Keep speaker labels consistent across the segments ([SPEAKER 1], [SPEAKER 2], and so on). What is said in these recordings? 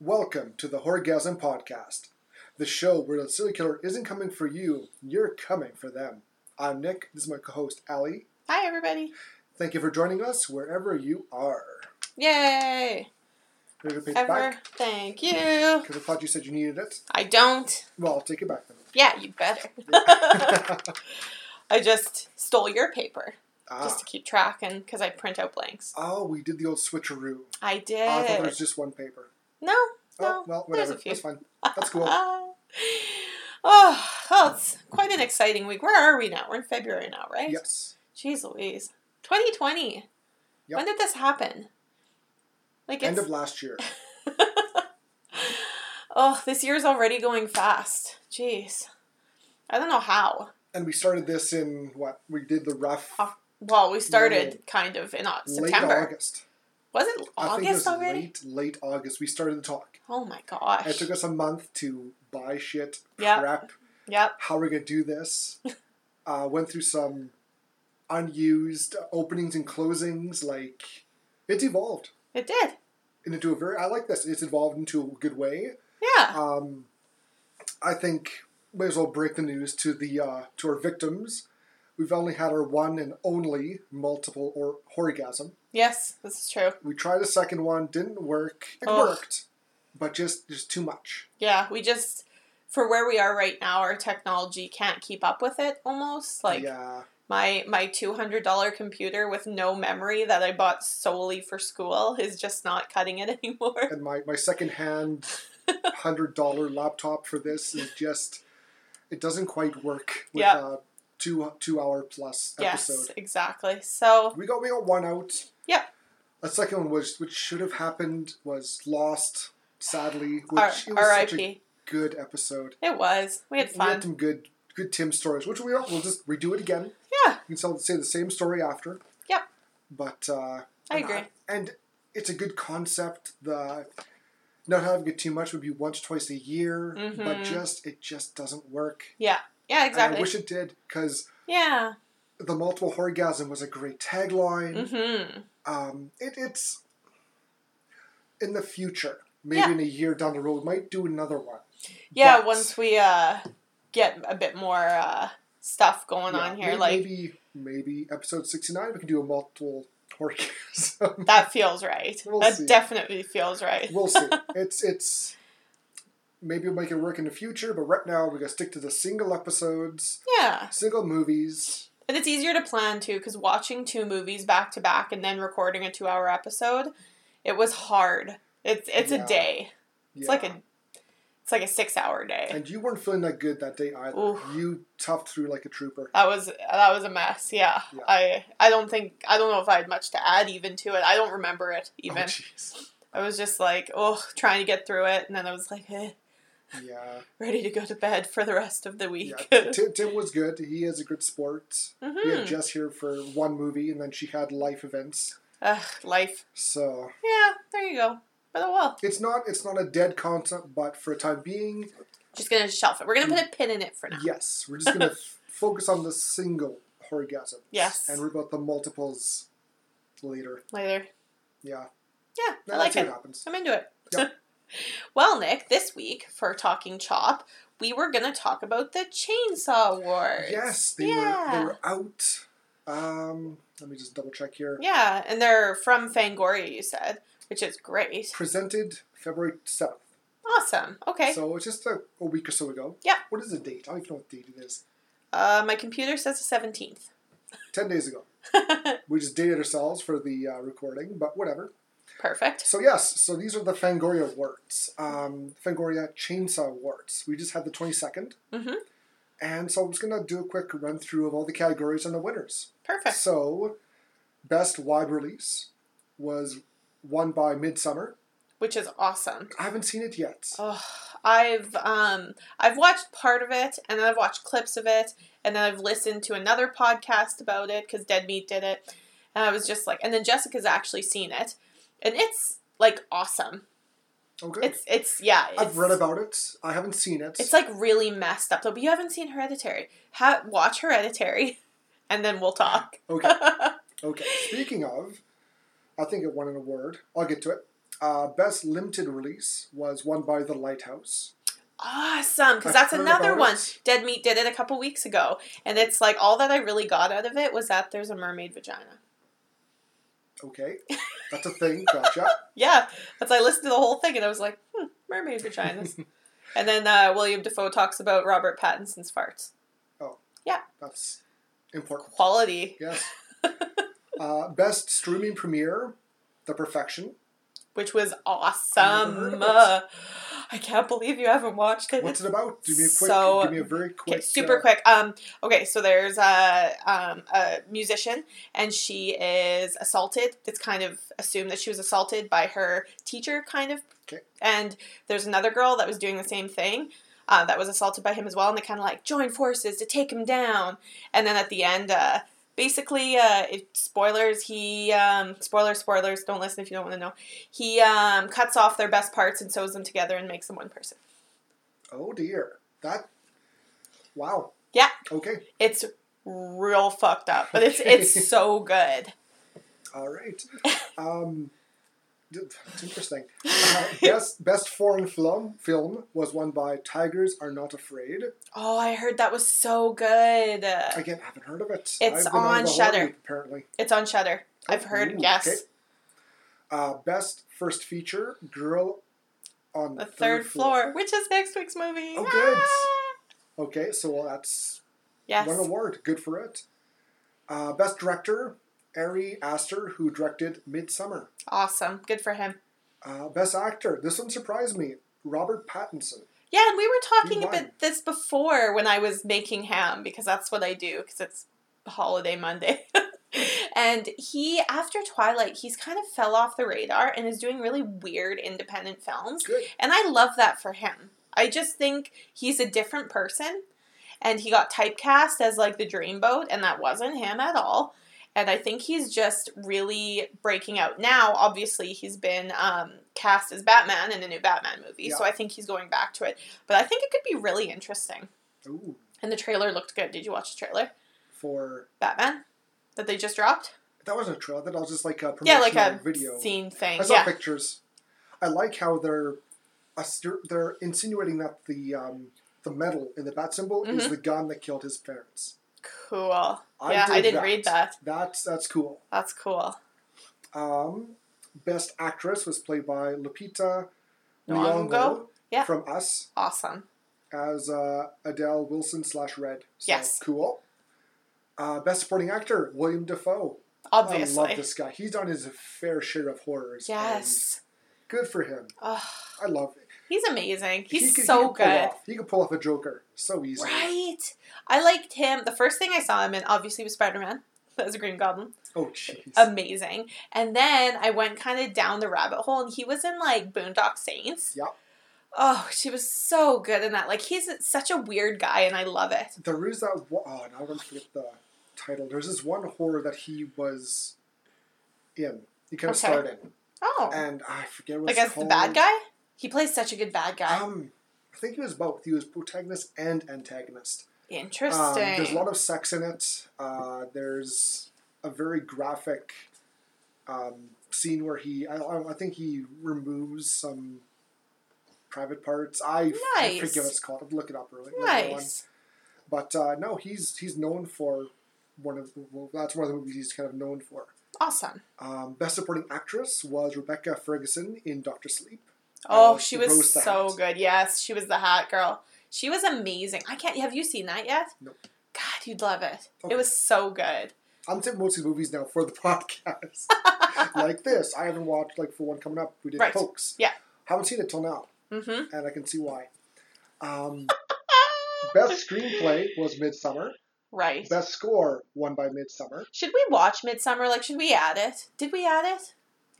[SPEAKER 1] Welcome to the Horgasm Podcast, the show where the serial killer isn't coming for you, you're coming for them. I'm Nick, this is my co host, Ali.
[SPEAKER 2] Hi, everybody.
[SPEAKER 1] Thank you for joining us wherever you are.
[SPEAKER 2] Yay.
[SPEAKER 1] Take the page
[SPEAKER 2] Ever.
[SPEAKER 1] back,
[SPEAKER 2] Thank you.
[SPEAKER 1] because I thought you said you needed it.
[SPEAKER 2] I don't.
[SPEAKER 1] Well, I'll take it back then.
[SPEAKER 2] Yeah, you better. I just stole your paper
[SPEAKER 1] ah.
[SPEAKER 2] just to keep track and because I print out blanks.
[SPEAKER 1] Oh, we did the old switcheroo.
[SPEAKER 2] I did.
[SPEAKER 1] Oh, I thought there was just one paper.
[SPEAKER 2] no,
[SPEAKER 1] Oh,
[SPEAKER 2] no.
[SPEAKER 1] well,
[SPEAKER 2] there's
[SPEAKER 1] whatever.
[SPEAKER 2] a few.
[SPEAKER 1] That's fine. That's cool.
[SPEAKER 2] oh, well, it's quite an exciting week. Where are we now? We're in February now, right?
[SPEAKER 1] Yes.
[SPEAKER 2] Jeez Louise. 2020.
[SPEAKER 1] Yep.
[SPEAKER 2] When did this happen? Like,
[SPEAKER 1] End
[SPEAKER 2] it's.
[SPEAKER 1] of last year.
[SPEAKER 2] oh, this year's already going fast. Jeez. I don't know how.
[SPEAKER 1] And we started this in what? We did the rough
[SPEAKER 2] Oc- Well, we started kind of in Au-
[SPEAKER 1] late
[SPEAKER 2] September.
[SPEAKER 1] August.
[SPEAKER 2] Was it
[SPEAKER 1] I think it was
[SPEAKER 2] August already?
[SPEAKER 1] late, late August. We started the talk.
[SPEAKER 2] Oh my gosh.
[SPEAKER 1] It took us a month to buy shit,
[SPEAKER 2] Yeah.
[SPEAKER 1] prep,
[SPEAKER 2] yep.
[SPEAKER 1] how we're gonna do this. uh, went through some unused openings and closings. Like it's evolved
[SPEAKER 2] It did.
[SPEAKER 1] into a very. I like this. It's evolved into a good way.
[SPEAKER 2] Yeah.
[SPEAKER 1] Um, I think may as well break the news to the uh, to our victims. We've only had our one and only multiple or orgasm.
[SPEAKER 2] yes, this is true.
[SPEAKER 1] We tried a second one, didn't work. It
[SPEAKER 2] Ugh.
[SPEAKER 1] worked, but just just too much.
[SPEAKER 2] Yeah, we just for where we are right now, our technology can't keep up with it almost. Like
[SPEAKER 1] yeah,
[SPEAKER 2] my my $200 computer with no memory that I bought solely for school is just not cutting it anymore.
[SPEAKER 1] and my my second hand hundred dollar laptop for this is just it doesn't quite work with
[SPEAKER 2] Yeah.
[SPEAKER 1] a two two hour plus
[SPEAKER 2] yes,
[SPEAKER 1] episode.
[SPEAKER 2] exactly. So,
[SPEAKER 1] We got we got one out.
[SPEAKER 2] Yeah.
[SPEAKER 1] A second one was which should have happened was lost, sadly, which
[SPEAKER 2] R-
[SPEAKER 1] it was such a
[SPEAKER 2] RIP.
[SPEAKER 1] good episode.
[SPEAKER 2] It was. We had
[SPEAKER 1] We had
[SPEAKER 2] fun.
[SPEAKER 1] some good good Tim stories, which we all, we'll just redo it again.
[SPEAKER 2] Yeah.
[SPEAKER 1] You can still say the same story after.
[SPEAKER 2] Yep.
[SPEAKER 1] But uh
[SPEAKER 2] I
[SPEAKER 1] and
[SPEAKER 2] agree.
[SPEAKER 1] and it's a good concept. The not having it too much would be once twice a year, but
[SPEAKER 2] Mhm.
[SPEAKER 1] just it just doesn't work.
[SPEAKER 2] Yeah,
[SPEAKER 1] And I
[SPEAKER 2] exactly.
[SPEAKER 1] wish it did because
[SPEAKER 2] Yeah.
[SPEAKER 1] the multiple orgasm was a great tagline.
[SPEAKER 2] Mhm.
[SPEAKER 1] um, it, it's in the future. Maybe
[SPEAKER 2] Yeah.
[SPEAKER 1] in a year down the road, might do another one.
[SPEAKER 2] Yeah,
[SPEAKER 1] But-
[SPEAKER 2] once we uh get a bit more uh stuff going on
[SPEAKER 1] Yeah,
[SPEAKER 2] here,
[SPEAKER 1] may-
[SPEAKER 2] like
[SPEAKER 1] maybe maybe episode sixty nine, we can do a multiple orgasm.
[SPEAKER 2] that feels right.
[SPEAKER 1] We'll
[SPEAKER 2] that
[SPEAKER 1] see.
[SPEAKER 2] definitely feels right.
[SPEAKER 1] we'll see. It's it's maybe we'll make it work in the future, but right now we're gonna stick to the single episodes,
[SPEAKER 2] Yeah,
[SPEAKER 1] single movies.
[SPEAKER 2] and it's easier to plan too because watching two movies back to back and then recording a two-hour episode, it was hard. It's it's
[SPEAKER 1] Yeah.
[SPEAKER 2] a day. It's like
[SPEAKER 1] Yeah.
[SPEAKER 2] a it's like a six-hour day.
[SPEAKER 1] and you weren't feeling that good that day either.
[SPEAKER 2] Oof.
[SPEAKER 1] You toughed through like a trooper.
[SPEAKER 2] That was that was a mess. Yeah.
[SPEAKER 1] Yeah.
[SPEAKER 2] I I don't think I don't know if I had much to add even to it. I don't remember it
[SPEAKER 1] Oh,
[SPEAKER 2] even.
[SPEAKER 1] jeez.
[SPEAKER 2] I was just like, oh, trying to get through it, and then I was like, eh.
[SPEAKER 1] Yeah.
[SPEAKER 2] ready to go to bed for the rest of the week.
[SPEAKER 1] yeah. Tim, Tim was good. He is a good sport. We had
[SPEAKER 2] Mhm.
[SPEAKER 1] Jess here for one movie, and then she had life events.
[SPEAKER 2] Ugh, life.
[SPEAKER 1] So
[SPEAKER 2] Yeah, there you go. But oh well.
[SPEAKER 1] it's not it's not a dead concept, but for a time being,
[SPEAKER 2] Just gonna shelf it. We're gonna put a pin in it for now.
[SPEAKER 1] yes, we're just gonna f- focus on the single orgasm.
[SPEAKER 2] Yes.
[SPEAKER 1] and we're about the multiples later.
[SPEAKER 2] Later.
[SPEAKER 1] Yeah,
[SPEAKER 2] Yeah, I
[SPEAKER 1] Now
[SPEAKER 2] like
[SPEAKER 1] let's see
[SPEAKER 2] it.
[SPEAKER 1] what happens.
[SPEAKER 2] I'm into it.
[SPEAKER 1] Yeah.
[SPEAKER 2] well, Nick, this week for Talking Chop, we were gonna talk about the Chainsaw Wars.
[SPEAKER 1] Yes, they were
[SPEAKER 2] Yeah.
[SPEAKER 1] they were out. Um, let me just double check here.
[SPEAKER 2] Yeah, and they're from Fangoria, you said, which is great.
[SPEAKER 1] Presented February seventh,
[SPEAKER 2] Awesome. Okay.
[SPEAKER 1] so it's just a, a week or so ago.
[SPEAKER 2] Yeah.
[SPEAKER 1] What is the date? I don't even know what date it is.
[SPEAKER 2] uh, my computer says the seventeenth.
[SPEAKER 1] Ten days ago. we just dated ourselves for the uh, recording, but whatever.
[SPEAKER 2] Perfect.
[SPEAKER 1] So yes, so these are the Fangoria warts, um, Fangoria chainsaw warts. We just had the twenty
[SPEAKER 2] Mhm.
[SPEAKER 1] and so I'm just gonna do a quick run through of all the categories and the winners.
[SPEAKER 2] Perfect.
[SPEAKER 1] So, best wide release was won by Midsummer.
[SPEAKER 2] Which is awesome.
[SPEAKER 1] I haven't seen it yet.
[SPEAKER 2] Oh, I've um I've watched part of it and then I've watched clips of it and then I've listened to another podcast about it because Dead Meat did it and I was just like and then Jessica's actually seen it and it's like awesome.
[SPEAKER 1] okay,
[SPEAKER 2] It's it's yeah. It's,
[SPEAKER 1] Oh, I've read about it. I haven't seen it.
[SPEAKER 2] It's like really messed up though. But you haven't seen Hereditary. Ha- watch Hereditary, and then we'll talk.
[SPEAKER 1] okay, okay. Speaking of, I think it won an award. I'll get to it. Uh, best limited release was won by The Lighthouse.
[SPEAKER 2] Awesome, because
[SPEAKER 1] I've
[SPEAKER 2] that's
[SPEAKER 1] heard
[SPEAKER 2] another
[SPEAKER 1] about
[SPEAKER 2] one.
[SPEAKER 1] it.
[SPEAKER 2] Dead Meat did it a couple weeks ago, and it's like all that I really got out of it was that there's a mermaid vagina.
[SPEAKER 1] Okay, that's a thing. Gotcha.
[SPEAKER 2] Yeah, that's I listened to the whole thing and I was like, hmm, mermaid vaginas. and then uh, William Defoe talks about Robert Pattinson's farts.
[SPEAKER 1] That's important.
[SPEAKER 2] Quality,
[SPEAKER 1] Yes. Uh, best streaming premiere, The Perfection.
[SPEAKER 2] which was
[SPEAKER 1] heard
[SPEAKER 2] awesome.
[SPEAKER 1] of it.
[SPEAKER 2] Uh, I can't believe you haven't watched it.
[SPEAKER 1] What's it about? Give me a quick.
[SPEAKER 2] So-
[SPEAKER 1] give me a very quick.
[SPEAKER 2] Okay, super
[SPEAKER 1] uh,
[SPEAKER 2] quick. Um, okay, so there's a, um, a musician, and she is assaulted. It's kind of assumed that she was assaulted by her teacher, kind of.
[SPEAKER 1] Okay.
[SPEAKER 2] And there's another girl that was doing the same thing, uh, that was assaulted by him as well, and they kind of like join forces to take him down. And then at the end, uh, basically, uh, it, spoilers. He um, spoilers, spoilers. Don't listen if you don't want to know. He um, cuts off their best parts and sews them together and makes them one person.
[SPEAKER 1] Oh dear. That. Wow.
[SPEAKER 2] Yeah.
[SPEAKER 1] Okay.
[SPEAKER 2] It's real fucked up, but it's
[SPEAKER 1] Okay.
[SPEAKER 2] it's so good.
[SPEAKER 1] All right. Um, d- it's interesting. Uh, best best foreign film film was won by Tigers Are Not Afraid.
[SPEAKER 2] Oh, I heard that was so good.
[SPEAKER 1] Again, I haven't heard of it.
[SPEAKER 2] It's
[SPEAKER 1] I've been
[SPEAKER 2] on
[SPEAKER 1] the whole
[SPEAKER 2] Shudder.
[SPEAKER 1] week, apparently.
[SPEAKER 2] It's on Shutter. I've heard
[SPEAKER 1] Oh, Ooh,
[SPEAKER 2] yes.
[SPEAKER 1] okay. Uh, best first feature, Girl on
[SPEAKER 2] The third floor, which is next week's movie.
[SPEAKER 1] Oh, good.
[SPEAKER 2] Ah!
[SPEAKER 1] Okay, so well, that's
[SPEAKER 2] Yes.
[SPEAKER 1] won award. Good for it. Uh, best director, Ari Aster, who directed Midsummer.
[SPEAKER 2] Awesome. Good for him.
[SPEAKER 1] Uh, best actor, this one surprised me, Robert Pattinson.
[SPEAKER 2] Yeah, and we were talking
[SPEAKER 1] He won.
[SPEAKER 2] about this before when I was making ham because that's what I do because it's holiday Monday. and he after Twilight, he's kind of fell off the radar and is doing really weird independent films.
[SPEAKER 1] Good.
[SPEAKER 2] And I love that for him. I just think he's a different person. And he got typecast as like the dreamboat, and that wasn't him at all. And I think he's just really breaking out now. Obviously, he's been um, cast as Batman in a new Batman movie, so
[SPEAKER 1] Yeah.
[SPEAKER 2] I think he's going back to it. But I think it could be really interesting.
[SPEAKER 1] Ooh,
[SPEAKER 2] And the trailer looked good. Did you watch the trailer?
[SPEAKER 1] for
[SPEAKER 2] Batman that they just dropped?
[SPEAKER 1] that wasn't a trailer. That was just like a
[SPEAKER 2] Yeah, like
[SPEAKER 1] promotional
[SPEAKER 2] a
[SPEAKER 1] video.
[SPEAKER 2] scene thing.
[SPEAKER 1] I saw
[SPEAKER 2] Yeah,
[SPEAKER 1] pictures. I like how they're austere- they're insinuating that the um, the medal in the bat symbol is
[SPEAKER 2] Mhm.
[SPEAKER 1] the gun that killed his parents.
[SPEAKER 2] cool. yeah, I didn't read that.
[SPEAKER 1] That's that's cool.
[SPEAKER 2] That's cool.
[SPEAKER 1] Um, best actress was played by Lupita
[SPEAKER 2] Nyong'o?
[SPEAKER 1] Nyong'o
[SPEAKER 2] Yeah.
[SPEAKER 1] from Us
[SPEAKER 2] Awesome.
[SPEAKER 1] as uh, Adele Wilson slash Red. So,
[SPEAKER 2] Yes.
[SPEAKER 1] cool. Uh, best supporting actor William Defoe.
[SPEAKER 2] Obviously.
[SPEAKER 1] I love this guy. He's done his fair share of horrors. and
[SPEAKER 2] Yes.
[SPEAKER 1] good for him.
[SPEAKER 2] Oh,
[SPEAKER 1] I love it.
[SPEAKER 2] he's amazing.
[SPEAKER 1] He
[SPEAKER 2] He's
[SPEAKER 1] could- he
[SPEAKER 2] so
[SPEAKER 1] could pull
[SPEAKER 2] good.
[SPEAKER 1] Off, he could pull off a Joker so easily.
[SPEAKER 2] Right. I liked him. The first thing I saw him in obviously was Spider Man. That was a Green Goblin.
[SPEAKER 1] Oh jeez.
[SPEAKER 2] Um, Amazing. And then I went kind of down the rabbit hole and he was in like Boondock Saints.
[SPEAKER 1] Yep.
[SPEAKER 2] Oh, she was so good in that. Like he's such a weird guy and I love it.
[SPEAKER 1] there is that. One, oh, now I'm gonna forget the title. There's this one horror that he was in. He kind of
[SPEAKER 2] Okay.
[SPEAKER 1] started,
[SPEAKER 2] Oh.
[SPEAKER 1] and I forget what
[SPEAKER 2] like
[SPEAKER 1] it's
[SPEAKER 2] as the
[SPEAKER 1] called.
[SPEAKER 2] bad guy? He plays such a good bad guy.
[SPEAKER 1] Um, I think he was both. He was protagonist and antagonist.
[SPEAKER 2] Interesting.
[SPEAKER 1] Um, there's a lot of sex in it. Uh, there's a very graphic um, scene where he, I, I I think he removes some private parts. I, f- I
[SPEAKER 2] Nice.
[SPEAKER 1] forget what it's called. I'd look it up really. later on.
[SPEAKER 2] nice.
[SPEAKER 1] But uh, no, he's he's known for one of well, that's one of the movies he's kind of known for.
[SPEAKER 2] Awesome.
[SPEAKER 1] Um, best supporting actress was Rebecca Ferguson in Doctor Sleep.
[SPEAKER 2] Oh,
[SPEAKER 1] Uh,
[SPEAKER 2] she
[SPEAKER 1] the
[SPEAKER 2] was
[SPEAKER 1] Rose the
[SPEAKER 2] so
[SPEAKER 1] Hat.
[SPEAKER 2] good. Yes, she was the hat girl. She was amazing. I can't. Have you seen that yet?
[SPEAKER 1] Nope.
[SPEAKER 2] God, you'd love it.
[SPEAKER 1] Okay.
[SPEAKER 2] It was so good.
[SPEAKER 1] I'm taking most of these movies now for the podcast. like this, I haven't watched like for one coming up. We did
[SPEAKER 2] Right.
[SPEAKER 1] Pokes.
[SPEAKER 2] Yeah.
[SPEAKER 1] haven't seen it till now,
[SPEAKER 2] Mm-hmm.
[SPEAKER 1] and I can see why. Um, best screenplay was Midsummer.
[SPEAKER 2] Right.
[SPEAKER 1] Best score won by Midsummer.
[SPEAKER 2] Should we watch Midsummer? Like, should we add it? Did we add it?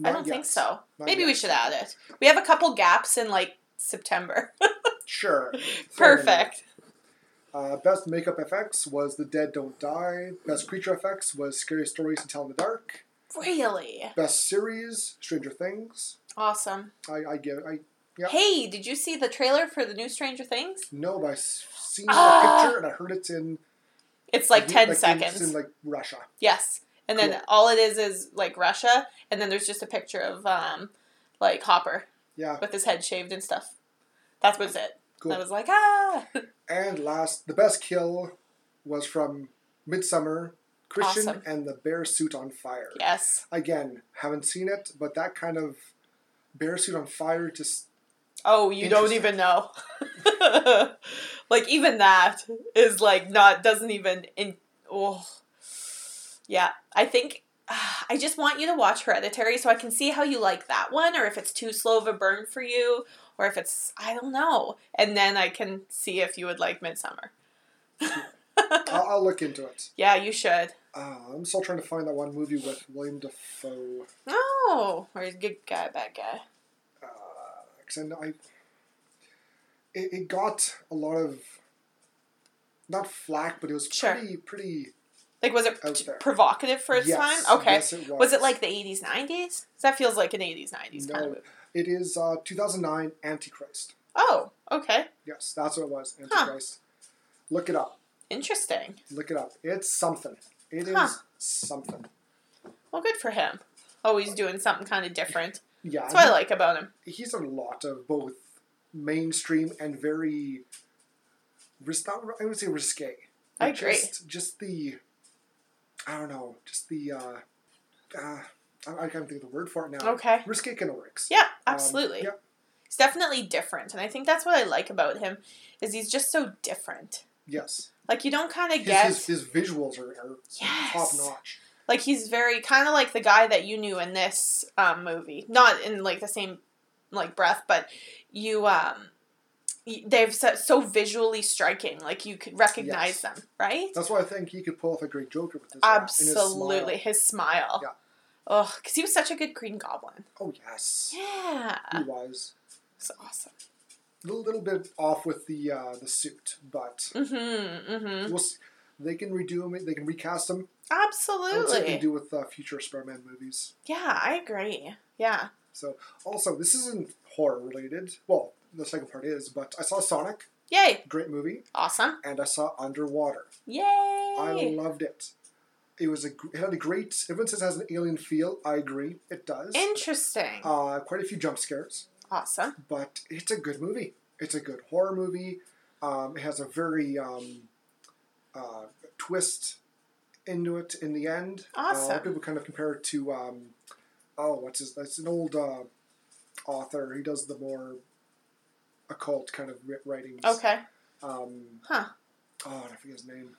[SPEAKER 2] I don't think so.
[SPEAKER 1] Not
[SPEAKER 2] Maybe we
[SPEAKER 1] yet.
[SPEAKER 2] should add it. We have a couple gaps in like September.
[SPEAKER 1] Sure. Throw it in there.
[SPEAKER 2] Perfect.
[SPEAKER 1] Uh, best makeup effects was The Dead Don't Die. Best creature effects was Scary Stories to Tell in the Dark.
[SPEAKER 2] Really
[SPEAKER 1] Best series, Stranger Things.
[SPEAKER 2] awesome.
[SPEAKER 1] I, I give I Yeah.
[SPEAKER 2] Hey, did you see the trailer for the new Stranger Things?
[SPEAKER 1] know but I s- seen the
[SPEAKER 2] Ah!
[SPEAKER 1] picture and I heard it's in
[SPEAKER 2] It's like ten
[SPEAKER 1] it's
[SPEAKER 2] seconds.
[SPEAKER 1] in like Russia.
[SPEAKER 2] Yes. And then
[SPEAKER 1] Cool.
[SPEAKER 2] all it is is like Russia, and then there's just a picture of um, like Hopper
[SPEAKER 1] Yeah,
[SPEAKER 2] with his head shaved and stuff. That's what's it.
[SPEAKER 1] cool.
[SPEAKER 2] I was like, ah,
[SPEAKER 1] And last, the best kill was from Midsummer Christian
[SPEAKER 2] Awesome.
[SPEAKER 1] and the bear suit on fire.
[SPEAKER 2] yes.
[SPEAKER 1] Again, haven't seen it, but that kind of bear suit on fire just
[SPEAKER 2] Oh, you don't
[SPEAKER 1] Interesting.
[SPEAKER 2] even know. like even that is like not doesn't even in. Oh, yeah. I think I just want you to watch Hereditary so I can see how you like that one, or if it's too slow of a burn for you, or if it's I don't know, and then I can see if you would like Midsummer.
[SPEAKER 1] I'll, I'll look into it.
[SPEAKER 2] Yeah, you should.
[SPEAKER 1] Uh, I'm still trying to find that one movie with William Defoe.
[SPEAKER 2] Oh, or he's a good guy, bad guy.
[SPEAKER 1] Cause I, know I it, it got a lot of not flack, but it was
[SPEAKER 2] Sure.
[SPEAKER 1] pretty pretty.
[SPEAKER 2] Like, was it
[SPEAKER 1] Out
[SPEAKER 2] t-
[SPEAKER 1] there.
[SPEAKER 2] provocative first
[SPEAKER 1] Oh, yes,
[SPEAKER 2] time? Okay.
[SPEAKER 1] yes, it was.
[SPEAKER 2] Was it like the 80s, 90s? 'Cause That feels like an 80s, 90s kind
[SPEAKER 1] No.
[SPEAKER 2] of movie.
[SPEAKER 1] It is uh, 2009 Antichrist.
[SPEAKER 2] Oh, okay.
[SPEAKER 1] Yes, that's what it was.
[SPEAKER 2] Huh.
[SPEAKER 1] Antichrist. Look it up.
[SPEAKER 2] Interesting.
[SPEAKER 1] Look it up. It's something. It is
[SPEAKER 2] Huh.
[SPEAKER 1] something.
[SPEAKER 2] Well, good for him. Always doing something kind of different.
[SPEAKER 1] Yeah,
[SPEAKER 2] That's what I like about him.
[SPEAKER 1] he- he's a lot of both mainstream and very. Ris- not, I would say risque.
[SPEAKER 2] I
[SPEAKER 1] But
[SPEAKER 2] agree.
[SPEAKER 1] Just, just the, I don't know, just the. Uh, uh, I, I can't think of the word for it now.
[SPEAKER 2] Okay.
[SPEAKER 1] Risque Um, kind of works.
[SPEAKER 2] Yeah, absolutely.
[SPEAKER 1] yeah.
[SPEAKER 2] He's definitely different, and I think that's what I like about him is he's just so different.
[SPEAKER 1] Yes.
[SPEAKER 2] Like you don't kind of
[SPEAKER 1] His,
[SPEAKER 2] get
[SPEAKER 1] his, his visuals are, are
[SPEAKER 2] yes.
[SPEAKER 1] top notch.
[SPEAKER 2] Like he's very kind of like the guy that you knew in this um, movie, not in like the same like breath, but you um y- they've so, so visually striking, like you could
[SPEAKER 1] Yes.
[SPEAKER 2] recognize them, right?
[SPEAKER 1] That's why I think he could pull off a great Joker with his laugh and his smile.
[SPEAKER 2] Absolutely, his smile.
[SPEAKER 1] Yeah.
[SPEAKER 2] Oh, because he was such a good Green Goblin.
[SPEAKER 1] Oh yes,
[SPEAKER 2] Yeah,
[SPEAKER 1] he was.
[SPEAKER 2] it's awesome.
[SPEAKER 1] A little, little bit off with the uh, the suit, but
[SPEAKER 2] Mm-hmm. Mm-hmm.
[SPEAKER 1] we'll see. they can redo him. They can recast him. That's what they can
[SPEAKER 2] Absolutely.
[SPEAKER 1] do with uh, future Spider-Man movies.
[SPEAKER 2] Yeah, I agree. Yeah.
[SPEAKER 1] So also, this isn't horror related. Well, the second part is, but I saw Sonic,
[SPEAKER 2] Yay.
[SPEAKER 1] great movie,
[SPEAKER 2] Awesome.
[SPEAKER 1] and I saw Underwater.
[SPEAKER 2] Yay.
[SPEAKER 1] I loved it. It was a gr- it had a great. Everyone says it has an alien feel. I agree, it does.
[SPEAKER 2] Interesting.
[SPEAKER 1] uh, quite a few jump scares.
[SPEAKER 2] awesome.
[SPEAKER 1] but it's a good movie. It's a good horror movie. Um, it has a very um, uh, twist into it in the end. Uh, a lot of
[SPEAKER 2] Awesome.
[SPEAKER 1] people kind of compare it to um, oh, what's his? That's an old uh, author. He does the more occult kind of wri- writings.
[SPEAKER 2] Okay.
[SPEAKER 1] Um,
[SPEAKER 2] Huh.
[SPEAKER 1] oh, I forget his name.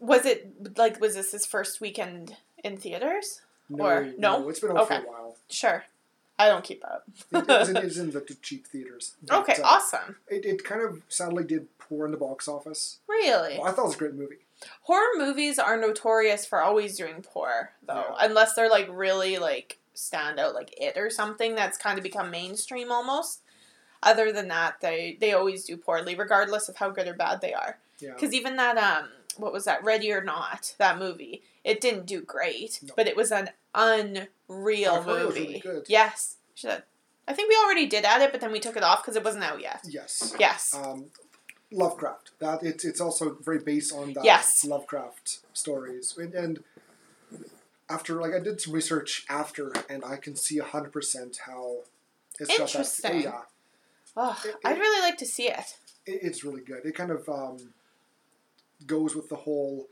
[SPEAKER 2] Was it like was this his first weekend in theaters?
[SPEAKER 1] No,
[SPEAKER 2] Or- no?
[SPEAKER 1] it's been out
[SPEAKER 2] Okay.
[SPEAKER 1] for a while.
[SPEAKER 2] Sure. I don't keep up.
[SPEAKER 1] It, it, was in, it was in the t- cheap theaters. But,
[SPEAKER 2] Okay.
[SPEAKER 1] uh,
[SPEAKER 2] awesome.
[SPEAKER 1] It, it kind of sadly did poor in the box office.
[SPEAKER 2] Really.
[SPEAKER 1] Well, I thought it was a great movie.
[SPEAKER 2] horror movies are notorious for always doing poor though
[SPEAKER 1] Yeah.
[SPEAKER 2] unless they're like really like stand out like it or something that's kind of become mainstream almost other than that they they always do poorly regardless of how good or bad they are
[SPEAKER 1] Yeah.
[SPEAKER 2] because even that um what was that ready or not that movie it didn't do great
[SPEAKER 1] No.
[SPEAKER 2] but it was an unreal
[SPEAKER 1] I've heard it was
[SPEAKER 2] movie
[SPEAKER 1] really good.
[SPEAKER 2] yes Should I- i think we already did at it but then we took it off because it wasn't out yet
[SPEAKER 1] Yes.
[SPEAKER 2] yes
[SPEAKER 1] um, Lovecraft. That it's it's also very based on that
[SPEAKER 2] Yes.
[SPEAKER 1] Lovecraft stories. And, and after like I did some research after, and I can see hundred percent how it's got that.
[SPEAKER 2] Interesting.
[SPEAKER 1] Yeah,
[SPEAKER 2] Ugh,
[SPEAKER 1] it-
[SPEAKER 2] i'd
[SPEAKER 1] it-
[SPEAKER 2] really like to see it
[SPEAKER 1] it, it's really good. It kind of um, goes with the whole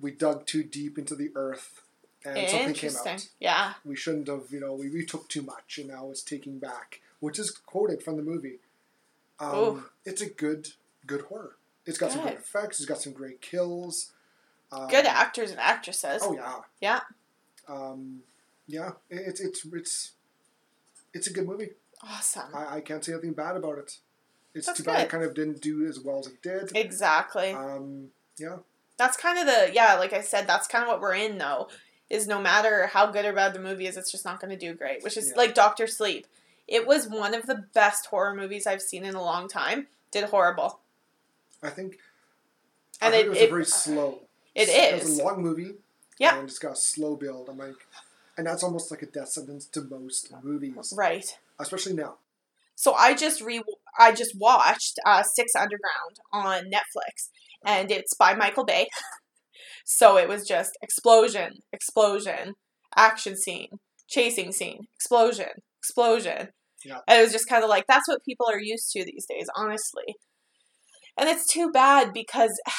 [SPEAKER 1] we dug too deep into the earth and something came
[SPEAKER 2] interesting
[SPEAKER 1] out.
[SPEAKER 2] yeah
[SPEAKER 1] We shouldn't have, you know, we, we took too much and now it's taking back, which is quoted from the movie. Um,
[SPEAKER 2] Ooh.
[SPEAKER 1] it's a good, good horror. It's got some
[SPEAKER 2] Good.
[SPEAKER 1] great effects. It's got some great kills. Um,
[SPEAKER 2] good actors and actresses.
[SPEAKER 1] Oh yeah,
[SPEAKER 2] yeah.
[SPEAKER 1] um, yeah. it- It's it's it's it's a good movie.
[SPEAKER 2] Awesome.
[SPEAKER 1] I, I can't say anything bad about it. It's
[SPEAKER 2] That's
[SPEAKER 1] too bad
[SPEAKER 2] good.
[SPEAKER 1] it kind of didn't do as well as it did.
[SPEAKER 2] Exactly.
[SPEAKER 1] Um, yeah,
[SPEAKER 2] that's kind of the yeah, like I said, that's kind of what we're in though. Is no matter how good or bad the movie is, it's just not going to do great. Which is
[SPEAKER 1] Yeah.
[SPEAKER 2] like Doctor Sleep. It was one of the best horror movies I've seen in a long time. Did horrible,
[SPEAKER 1] I think.
[SPEAKER 2] and
[SPEAKER 1] I heard
[SPEAKER 2] it
[SPEAKER 1] it was
[SPEAKER 2] it,
[SPEAKER 1] a very slow.
[SPEAKER 2] it
[SPEAKER 1] It
[SPEAKER 2] is.
[SPEAKER 1] was a long movie.
[SPEAKER 2] Yeah.
[SPEAKER 1] and it's got a slow build. I'm like, and that's almost like a death sentence to most movies,
[SPEAKER 2] right.
[SPEAKER 1] especially now.
[SPEAKER 2] So I just re I just watched uh, Six Underground on Netflix, and it's by Michael Bay. so it was just explosion, explosion, action scene, chasing scene, explosion, explosion.
[SPEAKER 1] Yeah.
[SPEAKER 2] And it was just kind of like that's what people are used to these days, honestly. And it's too bad because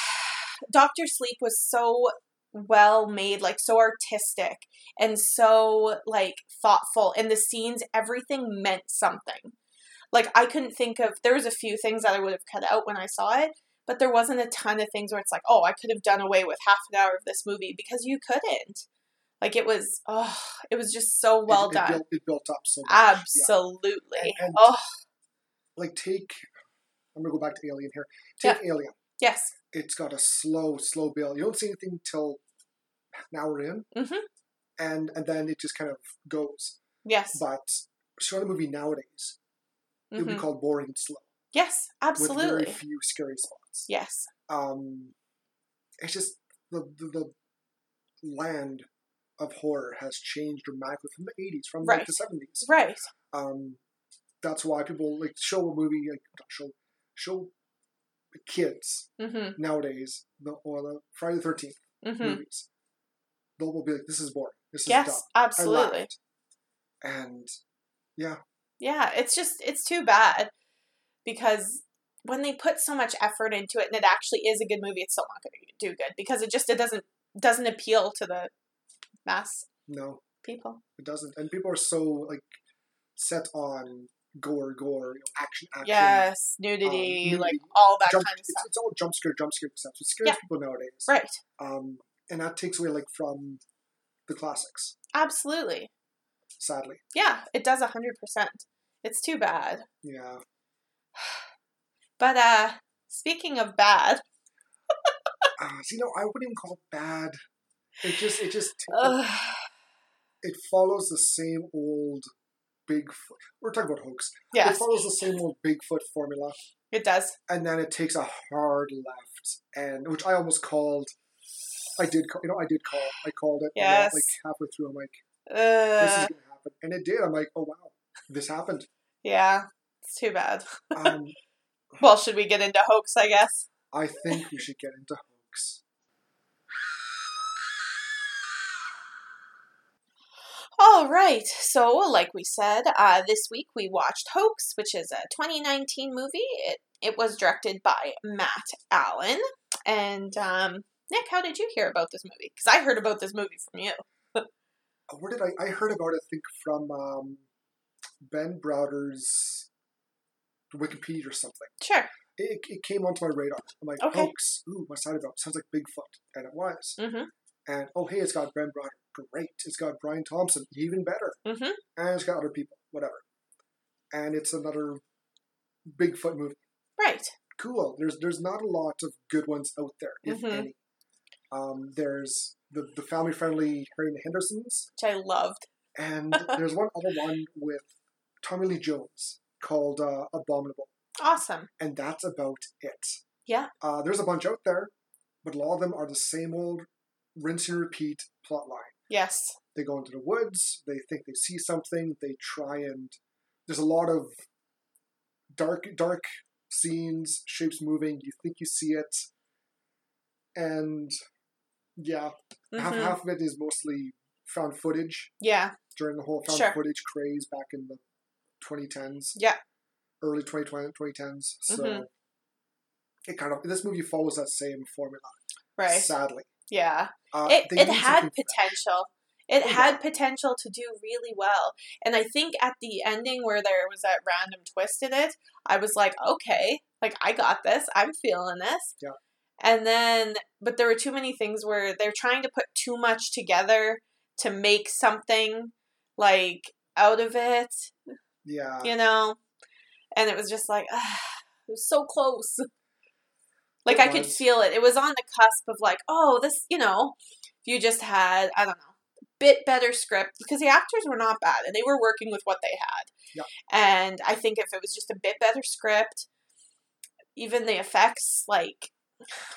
[SPEAKER 2] Doctor Sleep was so well made, like so artistic and so like thoughtful. And the scenes, everything meant something. Like I couldn't think of there was a few things that I would have cut out when I saw it, but there wasn't a ton of things where it's like, oh, I could have done away with half an hour of this movie because you couldn't. Like it was, oh, it was just so well
[SPEAKER 1] it,
[SPEAKER 2] done.
[SPEAKER 1] It built, it built up so much. yeah.
[SPEAKER 2] Absolutely.
[SPEAKER 1] And- and-
[SPEAKER 2] oh,
[SPEAKER 1] Like take, I'm gonna go back to Alien here. Take Alien.
[SPEAKER 2] yes.
[SPEAKER 1] It's got a slow, slow build. You don't see anything till an hour in,
[SPEAKER 2] Mhm.
[SPEAKER 1] and and then it just kind of goes.
[SPEAKER 2] Yes.
[SPEAKER 1] But showing a movie nowadays, it would
[SPEAKER 2] Mhm.
[SPEAKER 1] be called boring and slow
[SPEAKER 2] Yes,
[SPEAKER 1] with
[SPEAKER 2] absolutely.
[SPEAKER 1] very few scary spots.
[SPEAKER 2] Yes.
[SPEAKER 1] um, it's just the, the the land of horror has changed dramatically from the eighties, from like
[SPEAKER 2] Right.
[SPEAKER 1] the seventies.
[SPEAKER 2] Right.
[SPEAKER 1] Um, that's why people like show a movie like not show show the kids
[SPEAKER 2] Mm-hmm.
[SPEAKER 1] nowadays the or the Friday the 13th
[SPEAKER 2] Mm-hmm.
[SPEAKER 1] movies. They'll will be like, this is boring. This is dumb.
[SPEAKER 2] Yes,
[SPEAKER 1] I
[SPEAKER 2] absolutely.
[SPEAKER 1] laughed. And
[SPEAKER 2] Yeah, it's just it's too bad because when they put so much effort into it and it actually is a good movie, it's still not going to do good because it just it doesn't doesn't appeal to the mass
[SPEAKER 1] no,
[SPEAKER 2] people.
[SPEAKER 1] it doesn't. And people are so like set on gore, gore, you know, action, action. um,
[SPEAKER 2] Yes, nudity,
[SPEAKER 1] nudity,
[SPEAKER 2] like all that
[SPEAKER 1] jump,
[SPEAKER 2] kind of
[SPEAKER 1] it's,
[SPEAKER 2] stuff.
[SPEAKER 1] it's all jump scare, jump scare stuff. It scares
[SPEAKER 2] Yeah.
[SPEAKER 1] people nowadays.
[SPEAKER 2] Right.
[SPEAKER 1] Um, and that takes away like from the classics,
[SPEAKER 2] Absolutely.
[SPEAKER 1] sadly.
[SPEAKER 2] Yeah, it does 100%. It's too bad.
[SPEAKER 1] Yeah.
[SPEAKER 2] But uh speaking of bad,
[SPEAKER 1] Uh, so, you know, I wouldn't even call it bad. It just, it just,
[SPEAKER 2] ugh,
[SPEAKER 1] it follows the same old Bigfoot. We're talking about hoax. It
[SPEAKER 2] yes,
[SPEAKER 1] follows the same old Bigfoot formula,
[SPEAKER 2] it does.
[SPEAKER 1] and then it takes a hard left, and which I almost called. I did, call, you know, I did call. I called it. and, uh,
[SPEAKER 2] Yes.
[SPEAKER 1] Like halfway through, I'm like, this
[SPEAKER 2] Uh,
[SPEAKER 1] is gonna happen, and it did. I'm like, oh wow, this happened.
[SPEAKER 2] yeah, it's too bad.
[SPEAKER 1] Um,
[SPEAKER 2] Well, should we get into hoax? I guess.
[SPEAKER 1] I think we should get into hoax.
[SPEAKER 2] All right. So, like we said, uh, this week we watched Hoax, which is a 2019 movie. It it was directed by Matt Allen. And um, Nick, how did you hear about this movie? Because I heard about this movie from you.
[SPEAKER 1] Uh, Where did I? I heard about it. I think from um, Ben Browder's Wikipedia or something.
[SPEAKER 2] Sure.
[SPEAKER 1] It, it came onto my radar. I'm like,
[SPEAKER 2] Okay.
[SPEAKER 1] hoax. Ooh, what's that about? Sounds like Bigfoot, and it was.
[SPEAKER 2] Mhm.
[SPEAKER 1] And oh, hey, it's got Ben Browder. Great. It's got Brian Thompson. Even better.
[SPEAKER 2] Mhm.
[SPEAKER 1] And it's got other people. Whatever. And it's another Bigfoot movie.
[SPEAKER 2] Right.
[SPEAKER 1] cool. There's there's not a lot of good ones out there, if
[SPEAKER 2] Mhm.
[SPEAKER 1] any. Um, there's the the family friendly Harry and the Hendersons,
[SPEAKER 2] Which I loved.
[SPEAKER 1] and there's one other one with Tommy Lee Jones called uh, Abominable,
[SPEAKER 2] Awesome.
[SPEAKER 1] and that's about it.
[SPEAKER 2] Yeah.
[SPEAKER 1] Uh, there's a bunch out there, but a lot of them are the same old rinse and repeat plot line.
[SPEAKER 2] Yes.
[SPEAKER 1] They go into the woods. They think they see something. They try and there's a lot of dark, dark scenes, shapes moving. You think you see it, and yeah, half,
[SPEAKER 2] Mhm.
[SPEAKER 1] half of it is mostly found footage
[SPEAKER 2] Yeah.
[SPEAKER 1] during the whole found
[SPEAKER 2] Sure.
[SPEAKER 1] footage craze back in the 2010s,
[SPEAKER 2] Yeah.
[SPEAKER 1] early 2020, 2010s. So
[SPEAKER 2] Mhm.
[SPEAKER 1] it kind of this movie follows that same formula,
[SPEAKER 2] Right.
[SPEAKER 1] sadly.
[SPEAKER 2] Yeah.
[SPEAKER 1] Uh,
[SPEAKER 2] it,
[SPEAKER 1] they
[SPEAKER 2] it
[SPEAKER 1] need
[SPEAKER 2] had
[SPEAKER 1] something
[SPEAKER 2] potential. It
[SPEAKER 1] Oh,
[SPEAKER 2] had potential to do really well. And I think at the ending where there was that random twist in it, I was like, okay, like I got this. I'm feeling this.
[SPEAKER 1] Yeah.
[SPEAKER 2] And then, but there were too many things where they're trying to put too much together to make something like out of it,
[SPEAKER 1] Yeah,
[SPEAKER 2] you know? And it was just like, ah, it was so close. Like
[SPEAKER 1] It
[SPEAKER 2] I could
[SPEAKER 1] was.
[SPEAKER 2] feel it. It was on the cusp of like, oh, this, you know, if you just had, I don't know, bit better script because the actors were not bad and they were working with what they had.
[SPEAKER 1] Yeah.
[SPEAKER 2] And I think if it was just a bit better script, even the effects like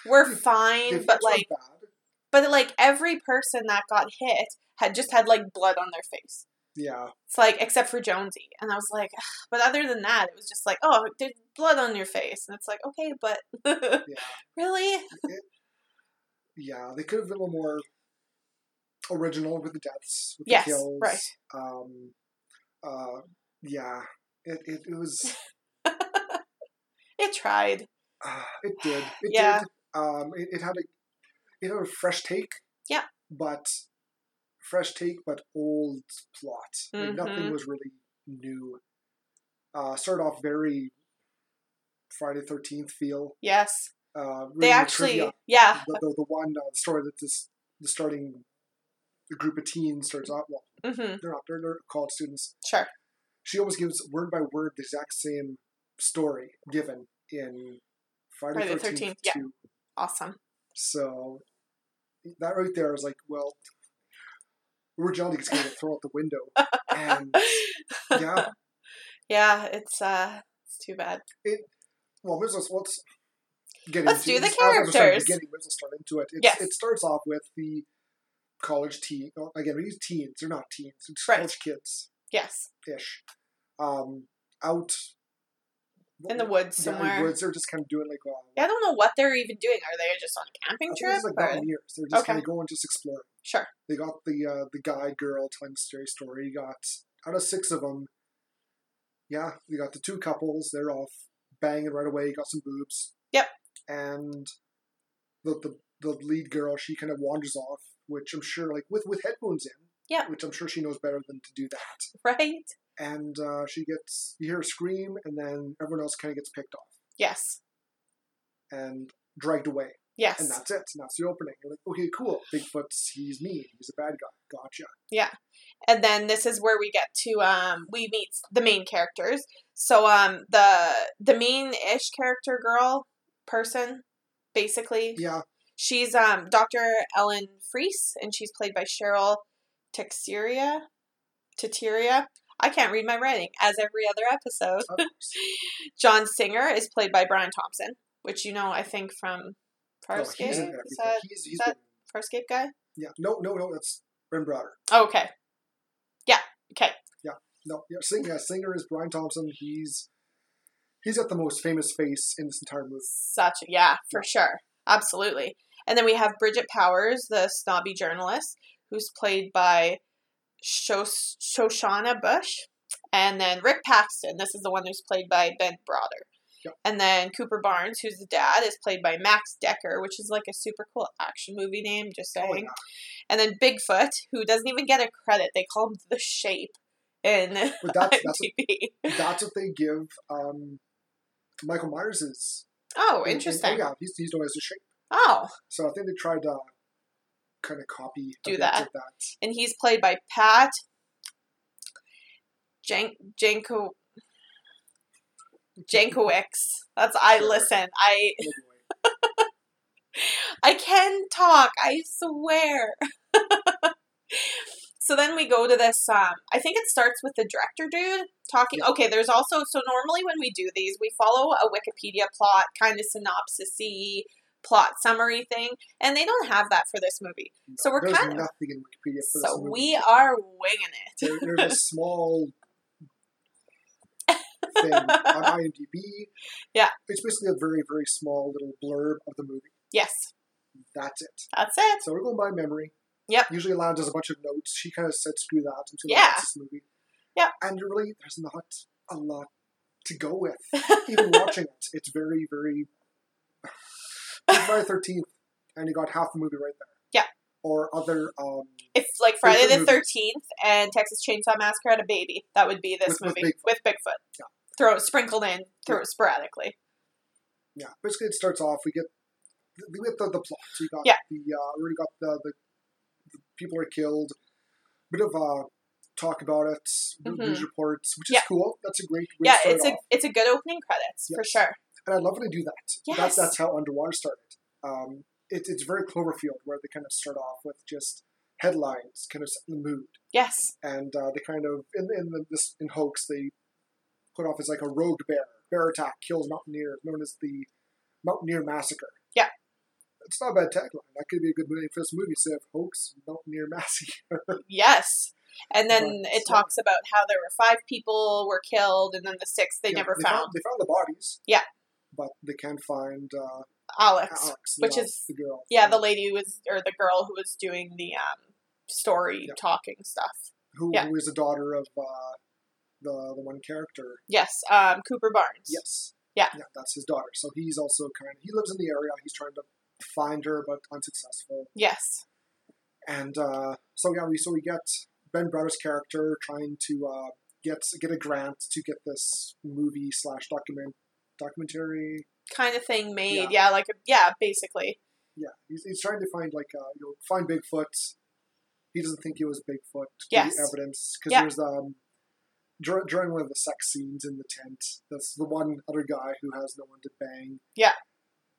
[SPEAKER 2] were
[SPEAKER 1] The- Hmm. The
[SPEAKER 2] fine, but
[SPEAKER 1] effects
[SPEAKER 2] like,
[SPEAKER 1] aren't bad.
[SPEAKER 2] but like every person that got hit had just had like blood on their face.
[SPEAKER 1] yeah.
[SPEAKER 2] It's like, except for Jonesy. And I was like, but other than that, it was just like, oh, there's blood on your face. And it's like, okay, but
[SPEAKER 1] Yeah.
[SPEAKER 2] really?
[SPEAKER 1] Yeah, they could have been a little more original with the deaths, with
[SPEAKER 2] Yes,
[SPEAKER 1] the kills.
[SPEAKER 2] right.
[SPEAKER 1] Um, uh, yeah, it it, it was.
[SPEAKER 2] It tried.
[SPEAKER 1] Uh, it did. It
[SPEAKER 2] Yeah.
[SPEAKER 1] did. Um, it, it had a it had a fresh take.
[SPEAKER 2] Yeah.
[SPEAKER 1] But fresh take, but old plot. Like nothing
[SPEAKER 2] Mhm.
[SPEAKER 1] was really new. Uh, started off very Friday Thirteenth feel.
[SPEAKER 2] Yes.
[SPEAKER 1] Uh,
[SPEAKER 2] They
[SPEAKER 1] reading the
[SPEAKER 2] actually,
[SPEAKER 1] trivia,
[SPEAKER 2] yeah,
[SPEAKER 1] the, the, the one uh, story that this the starting the group of teens starts out. Well,
[SPEAKER 2] mm-hmm,
[SPEAKER 1] they're not they're, they're college students.
[SPEAKER 2] sure.
[SPEAKER 1] She almost gives word by word the exact same story given in Friday
[SPEAKER 2] Friday the
[SPEAKER 1] Thirteenth
[SPEAKER 2] 13th, yeah.
[SPEAKER 1] to
[SPEAKER 2] Awesome.
[SPEAKER 1] So that right there, I was like, well, originality gets kind of thrown out the window. And yeah,
[SPEAKER 2] yeah, it's uh, it's too bad.
[SPEAKER 1] well, let's, let's, let's get
[SPEAKER 2] Let's
[SPEAKER 1] into
[SPEAKER 2] do the
[SPEAKER 1] this. As I was starting
[SPEAKER 2] characters.
[SPEAKER 1] at the beginning, let's just start into it. It's,
[SPEAKER 2] Yes.
[SPEAKER 1] It starts off with the college teen. oh, Again, we use teens. They're not teens. They're just
[SPEAKER 2] Right.
[SPEAKER 1] college kids
[SPEAKER 2] Yes,
[SPEAKER 1] ish. Um, out
[SPEAKER 2] in the woods
[SPEAKER 1] yeah, in the
[SPEAKER 2] somewhere.
[SPEAKER 1] woods. They're just kind of doing like uh,
[SPEAKER 2] Yeah, I don't know what they're even doing. Are they just on a camping
[SPEAKER 1] I think
[SPEAKER 2] trip?
[SPEAKER 1] it's like
[SPEAKER 2] or-
[SPEAKER 1] mountaineers. They're just
[SPEAKER 2] Okay.
[SPEAKER 1] kind of going, just exploring.
[SPEAKER 2] Sure.
[SPEAKER 1] They got the uh, the guy girl telling the scary story. You got out of six of them. Yeah, you got the two couples. They're off banging right away. You got some boobs.
[SPEAKER 2] Yep.
[SPEAKER 1] And the the, the lead girl, she kind of wanders off, which I'm sure, like with with headphones in.
[SPEAKER 2] Yeah.
[SPEAKER 1] Which I'm sure she knows better than to do that.
[SPEAKER 2] Right?
[SPEAKER 1] And uh, she gets you hear a scream, and then everyone else kind of gets picked off
[SPEAKER 2] Yes.
[SPEAKER 1] and dragged away,
[SPEAKER 2] Yes.
[SPEAKER 1] and that's it. And that's the opening. You're like, okay, cool. Bigfoot's he's mean. He's a bad guy. Gotcha.
[SPEAKER 2] and then this is where we get to um we meet the main characters so um the the mean ish character girl person basically
[SPEAKER 1] Yeah.
[SPEAKER 2] she's um dr ellen Freese, and she's played by cheryl texeria Teteria. i can't read my writing as every other episode
[SPEAKER 1] of course.
[SPEAKER 2] john singer is played by brian thompson which you know i think from
[SPEAKER 1] No,
[SPEAKER 2] farscape
[SPEAKER 1] Oh, he's in everything.
[SPEAKER 2] is that
[SPEAKER 1] he's, he's
[SPEAKER 2] that-
[SPEAKER 1] been-
[SPEAKER 2] farscape guy
[SPEAKER 1] yeah. No, no, no. That's Bryn Browder.
[SPEAKER 2] oh, okay yeah okay
[SPEAKER 1] No, yeah. Sing, yeah, singer is Brian Thompson. He's he's got the most famous face in this entire movie.
[SPEAKER 2] Such a, yeah, for sure. Absolutely. And then we have Bridget Powers, the snobby journalist, who's played by Shos- Shoshana Bush. And then Rick Paxton, this is the one who's played by Ben Broder.
[SPEAKER 1] Yep.
[SPEAKER 2] And then Cooper Barnes, who's the dad, is played by Max Decker, which is like a super cool action movie name, just saying.
[SPEAKER 1] Oh, yeah.
[SPEAKER 2] And then Bigfoot, who doesn't even get a credit. They call him the shape in
[SPEAKER 1] But that's that's what,
[SPEAKER 2] IMDb.
[SPEAKER 1] that's what they give um, Michael Myers is.
[SPEAKER 2] Oh,
[SPEAKER 1] in- in-
[SPEAKER 2] interesting.
[SPEAKER 1] yeah, he's, he's known as the shape.
[SPEAKER 2] Oh,
[SPEAKER 1] So I think they tried to kind of copy a
[SPEAKER 2] Do
[SPEAKER 1] bit
[SPEAKER 2] that.
[SPEAKER 1] of that.
[SPEAKER 2] and he's played by Pat Jank Janko Jankowicz. That's I
[SPEAKER 1] Sure.
[SPEAKER 2] listen. I
[SPEAKER 1] Anyway,
[SPEAKER 2] I can talk. I swear. so then we go to this. Um, I think it starts with the director dude talking.
[SPEAKER 1] Yeah.
[SPEAKER 2] Okay, there's also so normally when we do these, we follow a Wikipedia plot kind of synopsis plot summary thing, and they don't have that for this movie.
[SPEAKER 1] no,
[SPEAKER 2] So we're
[SPEAKER 1] there's
[SPEAKER 2] kind of-
[SPEAKER 1] nothing in Wikipedia for this
[SPEAKER 2] So
[SPEAKER 1] movie.
[SPEAKER 2] we are winging it.
[SPEAKER 1] There, there's a small thing on IMDb.
[SPEAKER 2] Yeah.
[SPEAKER 1] It's basically a very, very small little blurb of the movie.
[SPEAKER 2] Yes,
[SPEAKER 1] That's it.
[SPEAKER 2] that's it.
[SPEAKER 1] So we're going by memory.
[SPEAKER 2] Yep.
[SPEAKER 1] Usually Lana does a bunch of notes. She kind of said, screw that. I'm just gonna
[SPEAKER 2] Yeah.
[SPEAKER 1] watch this movie.
[SPEAKER 2] Yep.
[SPEAKER 1] And really, there's not a lot to go with. Even watching it, it's very, very. It's Friday 13th, and you got half the movie right there.
[SPEAKER 2] Yeah.
[SPEAKER 1] Or other. Um,
[SPEAKER 2] If like Friday the
[SPEAKER 1] Favorite movies.
[SPEAKER 2] Thirteenth and Texas Chainsaw Massacre had a baby, that would be this
[SPEAKER 1] With- with
[SPEAKER 2] movie with Bigfoot. Throw sprinkled in, throw it sporadically.
[SPEAKER 1] yeah. Basically, it starts off. We get. We get the, the plot. So you got
[SPEAKER 2] Yeah.
[SPEAKER 1] the. Uh, we already got the, the. The people are killed. Bit of uh, talk about it. News
[SPEAKER 2] Mhm.
[SPEAKER 1] reports, which is
[SPEAKER 2] Yeah.
[SPEAKER 1] cool. That's a great way
[SPEAKER 2] yeah,
[SPEAKER 1] to start
[SPEAKER 2] it's
[SPEAKER 1] off.
[SPEAKER 2] a it's a good opening credits for
[SPEAKER 1] Yes.
[SPEAKER 2] sure.
[SPEAKER 1] and I love when they do that.
[SPEAKER 2] Yes.
[SPEAKER 1] That's that's how Underwater started. Um, it, it's very Cloverfield where they kind of start off with just headlines, kind of set the mood,
[SPEAKER 2] Yes,
[SPEAKER 1] and uh, they kind of in in the, this in hoax they put off as like a rogue bear bear attack kills mountaineers known as the Mountaineer Massacre.
[SPEAKER 2] Yeah.
[SPEAKER 1] It's not a bad tagline. That could be a good name for this movie. Instead of hoax, Mountaineer Massacre.
[SPEAKER 2] yes. And then
[SPEAKER 1] Right,
[SPEAKER 2] it
[SPEAKER 1] so-
[SPEAKER 2] talks about how there were five people were killed, and then the sixth they
[SPEAKER 1] Yeah,
[SPEAKER 2] never
[SPEAKER 1] they
[SPEAKER 2] found
[SPEAKER 1] They found the bodies.
[SPEAKER 2] Yeah.
[SPEAKER 1] But they can't find uh,
[SPEAKER 2] Alex,
[SPEAKER 1] Alex,
[SPEAKER 2] which
[SPEAKER 1] the,
[SPEAKER 2] is-
[SPEAKER 1] the girl.
[SPEAKER 2] yeah, the lady who was or the girl who was doing the um story
[SPEAKER 1] Yeah.
[SPEAKER 2] talking stuff.
[SPEAKER 1] who,
[SPEAKER 2] Yeah.
[SPEAKER 1] who is the daughter of uh, the the one character.
[SPEAKER 2] Yes, um, Cooper Barnes.
[SPEAKER 1] Yes.
[SPEAKER 2] Yeah.
[SPEAKER 1] Yeah, that's his daughter. So he's also kind of he lives in the area. He's trying to find her, but unsuccessful.
[SPEAKER 2] Yes.
[SPEAKER 1] And uh, so yeah, we so we get Ben Browder's character trying to uh, get get a grant to get this movie slash document documentary.
[SPEAKER 2] Kind of thing made. Yeah. like a, yeah, basically.
[SPEAKER 1] Yeah, he's, he's trying to find like uh, you know find Bigfoot. He doesn't think it was Bigfoot. give
[SPEAKER 2] Yes.
[SPEAKER 1] The evidence because
[SPEAKER 2] Yeah.
[SPEAKER 1] there's um dur- during one of the sex scenes in the tent. That's the one other guy who has no one to bang.
[SPEAKER 2] Yeah.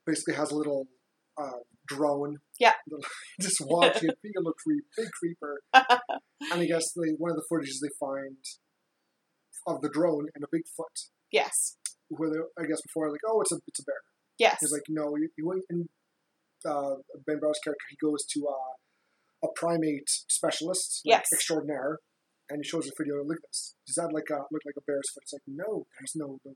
[SPEAKER 1] Basically has a little uh, drone.
[SPEAKER 2] Yeah.
[SPEAKER 1] just watching it, being a little creep, big creeper. and I guess they, one of the footages they find of the drone and a Bigfoot.
[SPEAKER 2] Yes.
[SPEAKER 1] Where they, I guess before like oh it's a it's a bear.
[SPEAKER 2] Yes.
[SPEAKER 1] He's like, no, you, you wouldn't. And uh, Ben Brown's character, he goes to uh, a primate specialist, like
[SPEAKER 2] Yes.
[SPEAKER 1] extraordinaire, and he shows the video. Look at this. Does that like uh, look like a bear's foot? It's like, no, there's no no,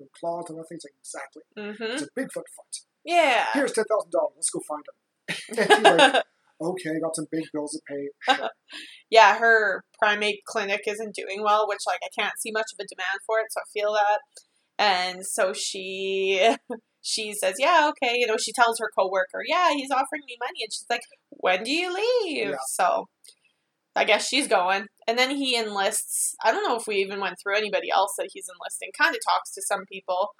[SPEAKER 1] no claws or nothing. It's like exactly.
[SPEAKER 2] mm-hmm.
[SPEAKER 1] It's a Bigfoot foot.
[SPEAKER 2] Yeah.
[SPEAKER 1] Here's ten thousand dollars. Let's go find him. and he's like, okay, got some big bills to pay. Sure.
[SPEAKER 2] yeah, her primate clinic isn't doing well, which like I can't see much of a demand for it, so I feel that. And so she she says, "Yeah, okay." You know, she tells her coworker, "Yeah, he's offering me money," and she's like, "When do you leave?"
[SPEAKER 1] Yeah.
[SPEAKER 2] So I guess she's going. And then he enlists. I don't know if we even went through anybody else that he's enlisting. Kind of talks to some people,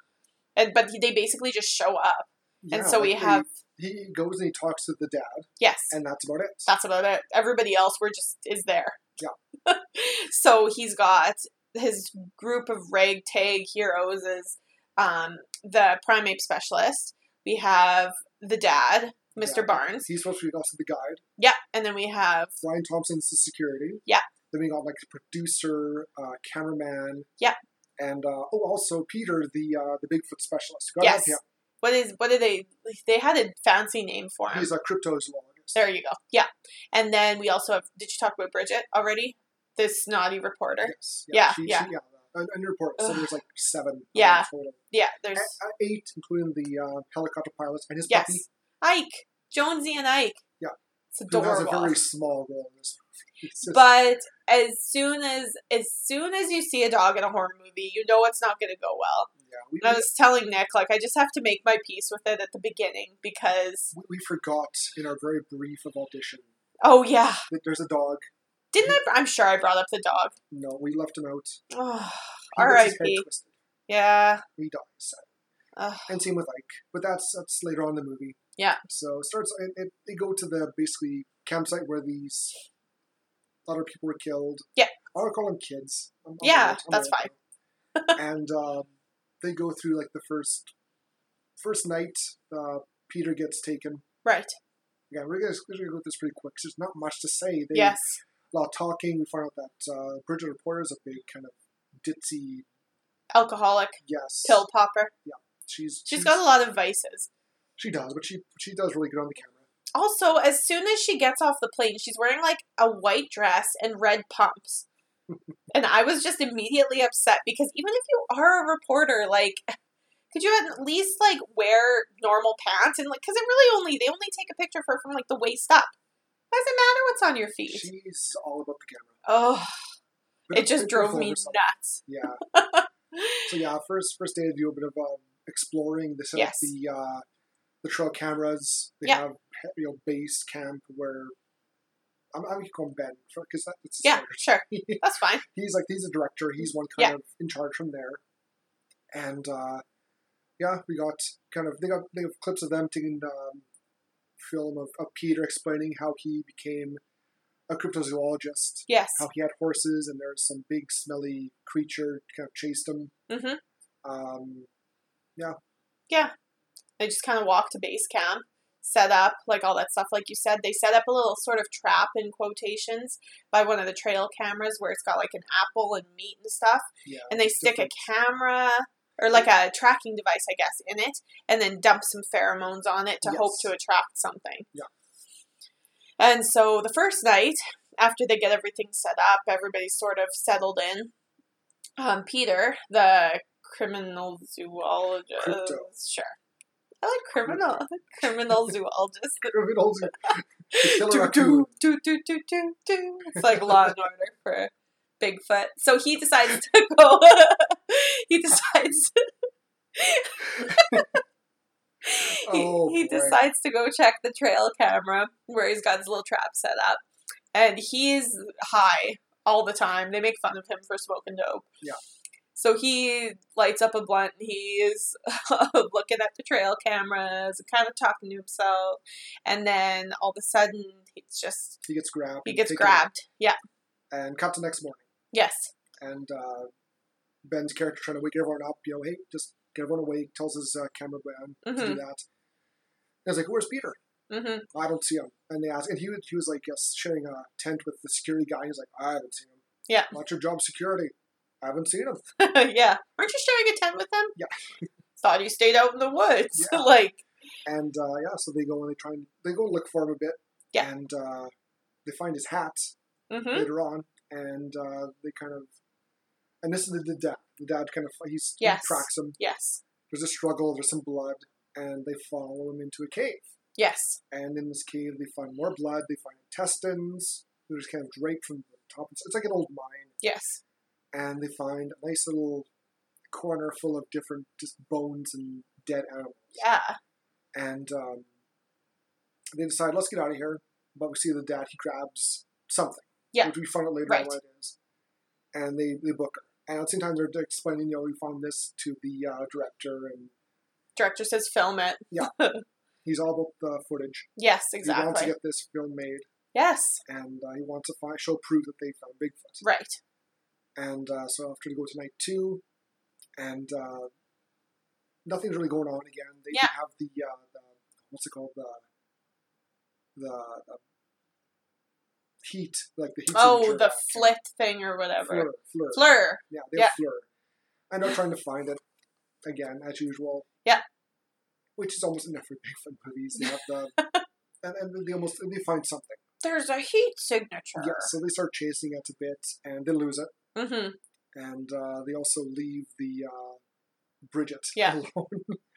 [SPEAKER 2] and but he, they basically just show up. and
[SPEAKER 1] Yeah,
[SPEAKER 2] so
[SPEAKER 1] like
[SPEAKER 2] we
[SPEAKER 1] they-
[SPEAKER 2] have
[SPEAKER 1] He goes and he talks to the dad,
[SPEAKER 2] yes,
[SPEAKER 1] and that's about it.
[SPEAKER 2] that's about it. Everybody else, we're just is there.
[SPEAKER 1] Yeah.
[SPEAKER 2] so he's got his group of ragtag heroes is um, the primate specialist. We have the dad, Mr.
[SPEAKER 1] Yeah.
[SPEAKER 2] Barnes.
[SPEAKER 1] He's supposed to be also the guide.
[SPEAKER 2] Yeah, and then we have
[SPEAKER 1] Ryan Thompson's the security.
[SPEAKER 2] Yeah.
[SPEAKER 1] Then we got like the producer, uh, cameraman.
[SPEAKER 2] Yeah.
[SPEAKER 1] And uh, oh, also Peter, the uh, the Bigfoot specialist. Got
[SPEAKER 2] yes.
[SPEAKER 1] him.
[SPEAKER 2] What is what did they? They had a fancy name for him.
[SPEAKER 1] He's a cryptozoologist.
[SPEAKER 2] there you go. Yeah, and then we also have. Did you talk about Bridget already? This naughty reporter.
[SPEAKER 1] Yes.
[SPEAKER 2] Yeah,
[SPEAKER 1] She,
[SPEAKER 2] yeah.
[SPEAKER 1] She, yeah. And, and report. So
[SPEAKER 2] Ugh.
[SPEAKER 1] there's like seven of
[SPEAKER 2] Yeah.
[SPEAKER 1] them total.
[SPEAKER 2] Yeah,
[SPEAKER 1] A-
[SPEAKER 2] there's
[SPEAKER 1] a- Eight, including the uh, helicopter pilot and his
[SPEAKER 2] yes,
[SPEAKER 1] puppy,
[SPEAKER 2] Ike, Jonesy, and Ike.
[SPEAKER 1] Yeah.
[SPEAKER 2] it's
[SPEAKER 1] who
[SPEAKER 2] adorable.
[SPEAKER 1] has a very small role in this. It's just-
[SPEAKER 2] but as soon as as soon as you see a dog in a horror movie, you know it's not going to go well.
[SPEAKER 1] yeah, we,
[SPEAKER 2] And I was telling Nick, like, I just have to make my peace with it at the beginning because,
[SPEAKER 1] we, we forgot in our very brief of audition
[SPEAKER 2] oh yeah,
[SPEAKER 1] that there's a dog.
[SPEAKER 2] didn't I? I'm sure I brought up the dog.
[SPEAKER 1] No, we left him out.
[SPEAKER 2] Oh,
[SPEAKER 1] He gets his head
[SPEAKER 2] R.I.P.
[SPEAKER 1] twisted.
[SPEAKER 2] yeah,
[SPEAKER 1] He dies. So.
[SPEAKER 2] Ugh.
[SPEAKER 1] and same with Ike. But that's that's later on in the movie.
[SPEAKER 2] Yeah.
[SPEAKER 1] So it starts. It, it, they go to the basically campsite where these other people were killed.
[SPEAKER 2] Yeah.
[SPEAKER 1] I want to call them kids. I'm- I'm
[SPEAKER 2] Yeah,
[SPEAKER 1] old- I'm
[SPEAKER 2] that's
[SPEAKER 1] old now. and um, they go through like the first first night. Uh, Peter gets taken.
[SPEAKER 2] right.
[SPEAKER 1] Yeah, we're gonna, we're gonna go through this pretty quick. 'cause there's not much to say. They,
[SPEAKER 2] Yes,
[SPEAKER 1] A lot of talking. We find out that uh, Bridget Reporter is a big kind of ditzy.
[SPEAKER 2] alcoholic,
[SPEAKER 1] Yes.
[SPEAKER 2] pill popper.
[SPEAKER 1] She's
[SPEAKER 2] She's got a lot of vices.
[SPEAKER 1] She does, but she she does really good on the camera.
[SPEAKER 2] Also, as soon as she gets off the plane, she's wearing like a white dress and red pumps. and I was just immediately upset because even if you are a reporter, like, could you at least like wear normal pants and like, because it really only they only take a picture of her from like the waist up. Why does it matter what's on your feet?
[SPEAKER 1] She's all about the camera.
[SPEAKER 2] oh,
[SPEAKER 1] But
[SPEAKER 2] it just
[SPEAKER 1] it's
[SPEAKER 2] drove
[SPEAKER 1] all
[SPEAKER 2] me
[SPEAKER 1] herself.
[SPEAKER 2] nuts.
[SPEAKER 1] Yeah. so yeah, first first day to do a bit of um, exploring. They set up
[SPEAKER 2] Yes.
[SPEAKER 1] the uh, the trail cameras. They
[SPEAKER 2] Yeah.
[SPEAKER 1] have you know base camp where I'm I'm gonna call him Ben because that, that's his
[SPEAKER 2] Yeah,
[SPEAKER 1] character.
[SPEAKER 2] sure, that's fine.
[SPEAKER 1] He's like he's a director. He's one kind of in charge from there. And uh, yeah, we got kind of they got they have clips of them taking um, film of, of Peter explaining how he became a cryptozoologist.
[SPEAKER 2] Yes,
[SPEAKER 1] how he had horses and there's some big smelly creature kind of chased him.
[SPEAKER 2] Mhm.
[SPEAKER 1] Um,
[SPEAKER 2] they just kind of walk to base camp set up like all that stuff like you said they set up a little sort of trap in quotations by one of the trail cameras where it's got like an apple and meat and stuff
[SPEAKER 1] yeah.
[SPEAKER 2] and they
[SPEAKER 1] it's
[SPEAKER 2] stick a
[SPEAKER 1] different.
[SPEAKER 2] camera or like a tracking device i guess in it and then dump some pheromones on it to hope to
[SPEAKER 1] Yes.
[SPEAKER 2] attract something
[SPEAKER 1] Yeah.
[SPEAKER 2] and so the first night after they get everything set up everybody's sort of settled in um, peter the criminal zoologist
[SPEAKER 1] Crypto.
[SPEAKER 2] sure I like criminal criminal zoologist.
[SPEAKER 1] Criminals who- the killer
[SPEAKER 2] do,
[SPEAKER 1] raccoon.
[SPEAKER 2] do, do, do, do, do, do. It's like Law and Order for Bigfoot. So he decides to go. he decides. he,
[SPEAKER 1] Oh, boy.
[SPEAKER 2] he decides to go check the trail camera where he's got his little trap set up, and he's high all the time. They make fun of him for smoking dope.
[SPEAKER 1] Yeah.
[SPEAKER 2] So he lights up a blunt. And he is looking at the trail cameras, kind of talking to himself, and then all of a sudden he's just
[SPEAKER 1] He gets grabbed.
[SPEAKER 2] he
[SPEAKER 1] and
[SPEAKER 2] gets
[SPEAKER 1] taken
[SPEAKER 2] grabbed. Yeah.
[SPEAKER 1] out And cut to next morning.
[SPEAKER 2] Yes.
[SPEAKER 1] And uh, Ben's character trying to wake everyone up. You know, hey, just get everyone awake. Tells his uh, cameraman to do
[SPEAKER 2] Mhm.
[SPEAKER 1] that. And I was like, where's Peter?
[SPEAKER 2] Mhm.
[SPEAKER 1] I don't see him. And they asked, and he was, he was like yes, sharing a tent with the security guy. He's like, I haven't seen him.
[SPEAKER 2] Yeah.
[SPEAKER 1] What's your job security? I haven't seen him.
[SPEAKER 2] yeah. Aren't you sharing a tent with him?
[SPEAKER 1] Yeah.
[SPEAKER 2] Thought you stayed out in the woods.
[SPEAKER 1] Yeah.
[SPEAKER 2] like,
[SPEAKER 1] And uh, yeah, so they go and they try and they go and look for him a bit.
[SPEAKER 2] Yeah.
[SPEAKER 1] And uh, they find his hat
[SPEAKER 2] hmm
[SPEAKER 1] later on, and uh, they kind of. And this is the, the dad. The dad kind of he's,
[SPEAKER 2] Yes.
[SPEAKER 1] he tracks him.
[SPEAKER 2] yes.
[SPEAKER 1] There's a struggle. There's some blood, and they follow him into a cave.
[SPEAKER 2] Yes.
[SPEAKER 1] And in this cave, they find more blood. They find intestines. They're just kind of draped from the top. It's, it's like an old mine.
[SPEAKER 2] Yes.
[SPEAKER 1] and they find a nice little corner full of different just bones and dead animals.
[SPEAKER 2] Yeah.
[SPEAKER 1] And um, they decide, let's get out of here. But we see the dad, he grabs something.
[SPEAKER 2] Yeah.
[SPEAKER 1] Which we find out later
[SPEAKER 2] Right.
[SPEAKER 1] on what it is. And they, they book her. And at the same time, they're, they're explaining, you know, we found this to the uh, director, and
[SPEAKER 2] Director says film it.
[SPEAKER 1] he's all about the footage.
[SPEAKER 2] Yes,
[SPEAKER 1] He wants to
[SPEAKER 2] exactly.
[SPEAKER 1] get this film made,
[SPEAKER 2] yes.
[SPEAKER 1] and uh, he wants to find, show proof that they found Bigfoot.
[SPEAKER 2] Right.
[SPEAKER 1] and uh, so after they go to night two, and uh, nothing's really going on again. They
[SPEAKER 2] Yeah.
[SPEAKER 1] have the, uh, the what's it called the the, the heat like the heat.
[SPEAKER 2] Oh,
[SPEAKER 1] signature
[SPEAKER 2] the
[SPEAKER 1] back.
[SPEAKER 2] flit thing or whatever.
[SPEAKER 1] Fleur, Fleur.
[SPEAKER 2] Fleur.
[SPEAKER 1] yeah, they
[SPEAKER 2] yeah.
[SPEAKER 1] have Fleur. And they're trying to find it again as usual.
[SPEAKER 2] Yeah.
[SPEAKER 1] Which is almost in every Bigfoot movies. They have the and, and they almost they find something.
[SPEAKER 2] There's a heat signature.
[SPEAKER 1] Yeah, so they start chasing it a bit and they lose it.
[SPEAKER 2] Mm-hmm.
[SPEAKER 1] and uh, they also leave the uh, Bridget
[SPEAKER 2] Yeah.
[SPEAKER 1] alone.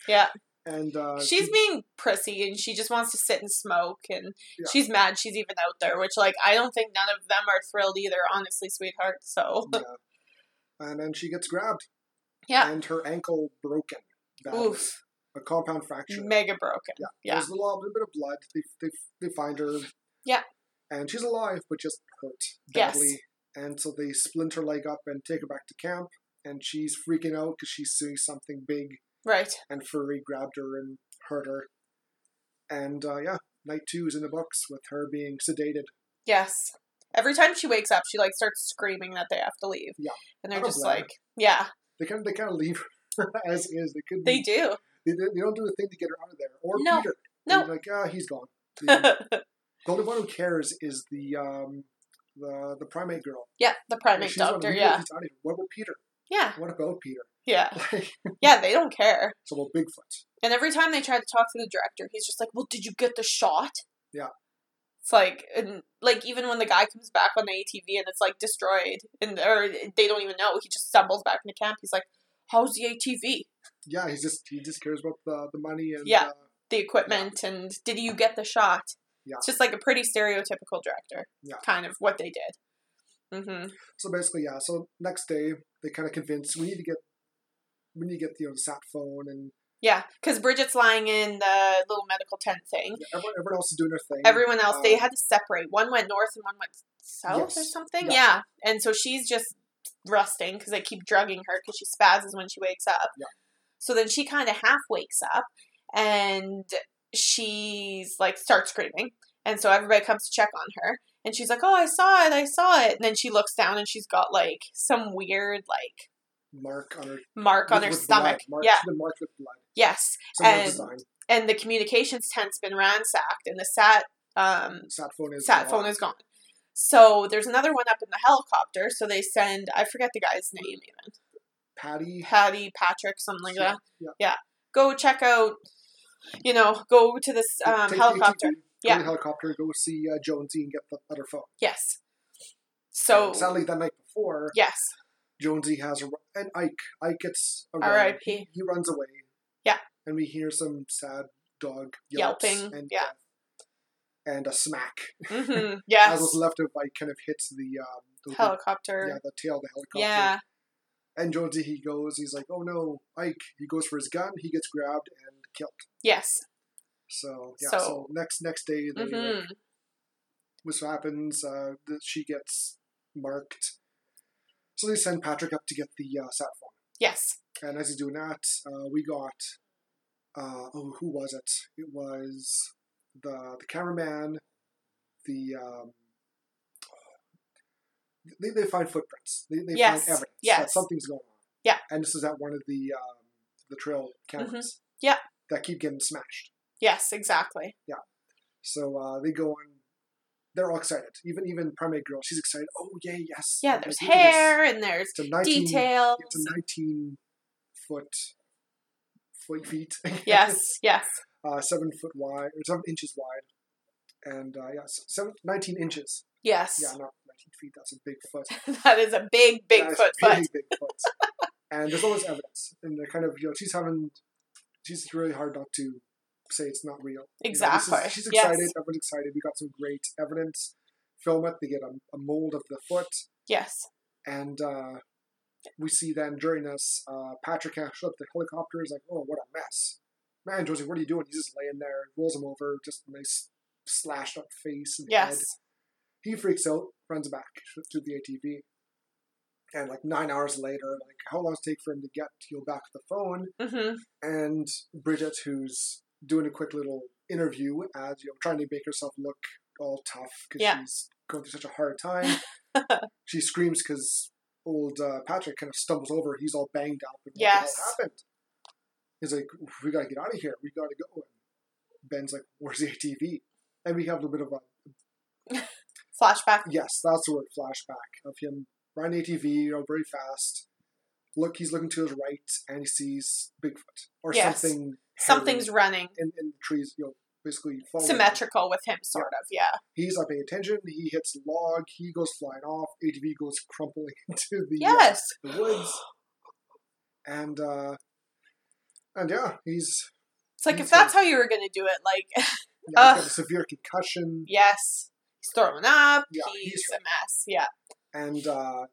[SPEAKER 2] Yeah.
[SPEAKER 1] And uh,
[SPEAKER 2] she's being prissy and she just wants to sit and smoke and
[SPEAKER 1] Yeah.
[SPEAKER 2] she's mad she's even out there, which like I don't think none of them are thrilled either, honestly, sweetheart. So
[SPEAKER 1] yeah. and then she gets grabbed.
[SPEAKER 2] Yeah.
[SPEAKER 1] And her ankle broken. badly.
[SPEAKER 2] oof.
[SPEAKER 1] A compound fracture.
[SPEAKER 2] Mega broken.
[SPEAKER 1] Yeah.
[SPEAKER 2] yeah.
[SPEAKER 1] There's a little, bit of blood. They, they, they find her.
[SPEAKER 2] Yeah.
[SPEAKER 1] And she's alive, but just hurt
[SPEAKER 2] Yes.
[SPEAKER 1] badly. And so they splint her leg up and take her back to camp. And she's freaking out because she sees something big
[SPEAKER 2] Right.
[SPEAKER 1] and Furry grabbed her and hurt her. And uh, yeah, night two is in the books with her being sedated.
[SPEAKER 2] Yes. Every time she wakes up, she like starts screaming that they have to leave.
[SPEAKER 1] Yeah.
[SPEAKER 2] And
[SPEAKER 1] I
[SPEAKER 2] they're
[SPEAKER 1] don't
[SPEAKER 2] just
[SPEAKER 1] blame her.
[SPEAKER 2] like, yeah,
[SPEAKER 1] They kind of they kind of leave her as is. They couldn't.
[SPEAKER 2] they do.
[SPEAKER 1] They, they, they don't do a thing to get her out of there. Or
[SPEAKER 2] No,
[SPEAKER 1] Peter.
[SPEAKER 2] no.
[SPEAKER 1] They're like ah, he's gone. The, the only one who cares is the um the the primate girl.
[SPEAKER 2] yeah, the primate
[SPEAKER 1] She's the one who
[SPEAKER 2] doctor.
[SPEAKER 1] really
[SPEAKER 2] Yeah.
[SPEAKER 1] gets out of here. What about Peter?
[SPEAKER 2] Yeah.
[SPEAKER 1] What about Peter?
[SPEAKER 2] Yeah.
[SPEAKER 1] Like,
[SPEAKER 2] Yeah, they don't care.
[SPEAKER 1] so about Bigfoot.
[SPEAKER 2] And every time they try to talk to the director, he's just like, "Well, did you get the shot?"
[SPEAKER 1] Yeah.
[SPEAKER 2] It's like, and like even when the guy comes back on the ATV and it's like destroyed, and or they don't even know, he just stumbles back into camp. He's like, "How's the ATV?
[SPEAKER 1] Yeah, he's just he just cares about the the money and
[SPEAKER 2] Yeah.
[SPEAKER 1] uh,
[SPEAKER 2] The equipment? And did you get the shot?"
[SPEAKER 1] Yeah.
[SPEAKER 2] It's just like a pretty stereotypical director,
[SPEAKER 1] Yeah.
[SPEAKER 2] kind of what they did. Mm-hmm.
[SPEAKER 1] So basically, yeah. So next day, they kind of convince we need to get we need to get you know, the sat phone and
[SPEAKER 2] Yeah, because Bridget's lying in the little medical tent thing.
[SPEAKER 1] yeah, everyone, everyone else is doing their thing.
[SPEAKER 2] Everyone else, they
[SPEAKER 1] Um,
[SPEAKER 2] had to separate. One went north and one went south or
[SPEAKER 1] Yes,
[SPEAKER 2] something.
[SPEAKER 1] yeah.
[SPEAKER 2] Yeah. And so she's just rusting because they keep drugging her because she spazzes when she wakes up.
[SPEAKER 1] Yeah.
[SPEAKER 2] So then she kind of half wakes up and she's like, starts screaming. And so everybody comes to check on her. And she's like, oh, I saw it, I saw it. And then she looks down and she's got like some weird like
[SPEAKER 1] mark on her
[SPEAKER 2] mark on
[SPEAKER 1] with-
[SPEAKER 2] her
[SPEAKER 1] with
[SPEAKER 2] stomach.
[SPEAKER 1] Blood. Mark,
[SPEAKER 2] Yeah.
[SPEAKER 1] she's been marked with blood.
[SPEAKER 2] Yes.
[SPEAKER 1] Some
[SPEAKER 2] And-
[SPEAKER 1] design.
[SPEAKER 2] and the communications tent's been ransacked and the sat um
[SPEAKER 1] Sat phone is
[SPEAKER 2] sat
[SPEAKER 1] gone.
[SPEAKER 2] phone is gone so there's another one up in the helicopter so they send i forget the guy's name even
[SPEAKER 1] Patty.
[SPEAKER 2] patty patrick something like
[SPEAKER 1] Yeah,
[SPEAKER 2] that
[SPEAKER 1] yeah.
[SPEAKER 2] go check out you know go to this um,
[SPEAKER 1] take the
[SPEAKER 2] helicopter
[SPEAKER 1] ATV, go
[SPEAKER 2] Yeah.
[SPEAKER 1] to the helicopter. Go see uh, Jonesy and get the other phone.
[SPEAKER 2] yes so
[SPEAKER 1] And sadly, that night before,
[SPEAKER 2] yes
[SPEAKER 1] Jonesy has a, and Ike. Ike gets a run.
[SPEAKER 2] rip
[SPEAKER 1] He runs away.
[SPEAKER 2] Yeah.
[SPEAKER 1] And we hear some sad dog yelps
[SPEAKER 2] Yelping,
[SPEAKER 1] And
[SPEAKER 2] yeah.
[SPEAKER 1] death. and a smack
[SPEAKER 2] hmm
[SPEAKER 1] as it's
[SPEAKER 2] Yes.
[SPEAKER 1] left of like kind of hits the um, the,
[SPEAKER 2] Helicopter.
[SPEAKER 1] yeah the tail of the helicopter.
[SPEAKER 2] Yeah.
[SPEAKER 1] And Jonesy he goes, he's like, oh no, Ike. He goes for his gun, he gets grabbed and killed.
[SPEAKER 2] Yes.
[SPEAKER 1] So yeah, so,
[SPEAKER 2] So-
[SPEAKER 1] next next day they like,
[SPEAKER 2] hmm
[SPEAKER 1] this happens. Uh, that she gets marked. So they send Patrick up to get the uh, sat phone,
[SPEAKER 2] Yes.
[SPEAKER 1] and as he's doing that, uh, we got uh, oh, who was it? It was the the cameraman, the um, they, they find footprints. They, they
[SPEAKER 2] Yes,
[SPEAKER 1] find evidence that
[SPEAKER 2] yes.
[SPEAKER 1] something's going on.
[SPEAKER 2] Yeah.
[SPEAKER 1] and this is at one of the um, the trail cameras.
[SPEAKER 2] Mm-hmm. Yeah.
[SPEAKER 1] that keep getting smashed.
[SPEAKER 2] Yes. Exactly.
[SPEAKER 1] So uh, they go on. They're all excited. Even even primate girl, she's excited. Oh yay, yes.
[SPEAKER 2] Yeah.
[SPEAKER 1] we
[SPEAKER 2] There's
[SPEAKER 1] did this.
[SPEAKER 2] hair and there's
[SPEAKER 1] It's a nineteen.
[SPEAKER 2] details.
[SPEAKER 1] It's a nineteen foot foot feet.
[SPEAKER 2] Yes. Yes.
[SPEAKER 1] uh, seven foot wide or seven inches wide, and uh, yeah, s- seven, 19 inches.
[SPEAKER 2] Yes.
[SPEAKER 1] Yeah, not nineteen feet. That's a big foot.
[SPEAKER 2] That is a big, big
[SPEAKER 1] That is
[SPEAKER 2] foot
[SPEAKER 1] really
[SPEAKER 2] foot.
[SPEAKER 1] Big foot. and there's always evidence, and they're kind of you know she's having she's really hard not to say it's not real. You know, this is-
[SPEAKER 2] Exactly.
[SPEAKER 1] she's
[SPEAKER 2] yes.
[SPEAKER 1] excited. Everyone's excited. We got some great evidence. Film it. They get a, a mold of the foot,
[SPEAKER 2] Yes.
[SPEAKER 1] and uh, we see then during this, uh, Patrick has up the helicopter. Is like, oh, what a mess, man, Josie, what are you doing? He's just laying there, rolls him over, just a nice slashed up face and head.
[SPEAKER 2] Yes.
[SPEAKER 1] He freaks out, runs back to the ATV, and like nine hours later, like how long does it take for him to get you back to the phone?
[SPEAKER 2] hmm
[SPEAKER 1] and Bridget, who's doing a quick little interview as you know, trying to make herself look all tough because
[SPEAKER 2] Yeah.
[SPEAKER 1] she's going through such a hard time. she screams because old uh, Patrick kind of stumbles over. He's all banged up. And What the hell
[SPEAKER 2] Yes.
[SPEAKER 1] happened? He's like, "We gotta get out of here. We gotta go." And Ben's like, "Where's the ATV?" And we have a little bit of a
[SPEAKER 2] Flashback.
[SPEAKER 1] yes, that's the word flashback of him riding ATV, you know, very fast. Look, he's looking to his right and he sees Bigfoot or
[SPEAKER 2] Yes.
[SPEAKER 1] something.
[SPEAKER 2] Something's running
[SPEAKER 1] in, in the trees, you know, basically falling.
[SPEAKER 2] symmetrical with him, sort of. Yeah.
[SPEAKER 1] He's not paying attention. He hits a log. He goes flying off. ATV goes crumpling into the, uh,
[SPEAKER 2] Yes.
[SPEAKER 1] the woods. And uh, and yeah, he's,
[SPEAKER 2] It's like if
[SPEAKER 1] He's gonna-
[SPEAKER 2] that's how you were going to do it, like
[SPEAKER 1] yeah, he's got
[SPEAKER 2] Ugh.
[SPEAKER 1] a severe concussion.
[SPEAKER 2] yes, he's throwing up.
[SPEAKER 1] Yeah,
[SPEAKER 2] he's,
[SPEAKER 1] he's
[SPEAKER 2] a mess. Yeah.
[SPEAKER 1] And uh,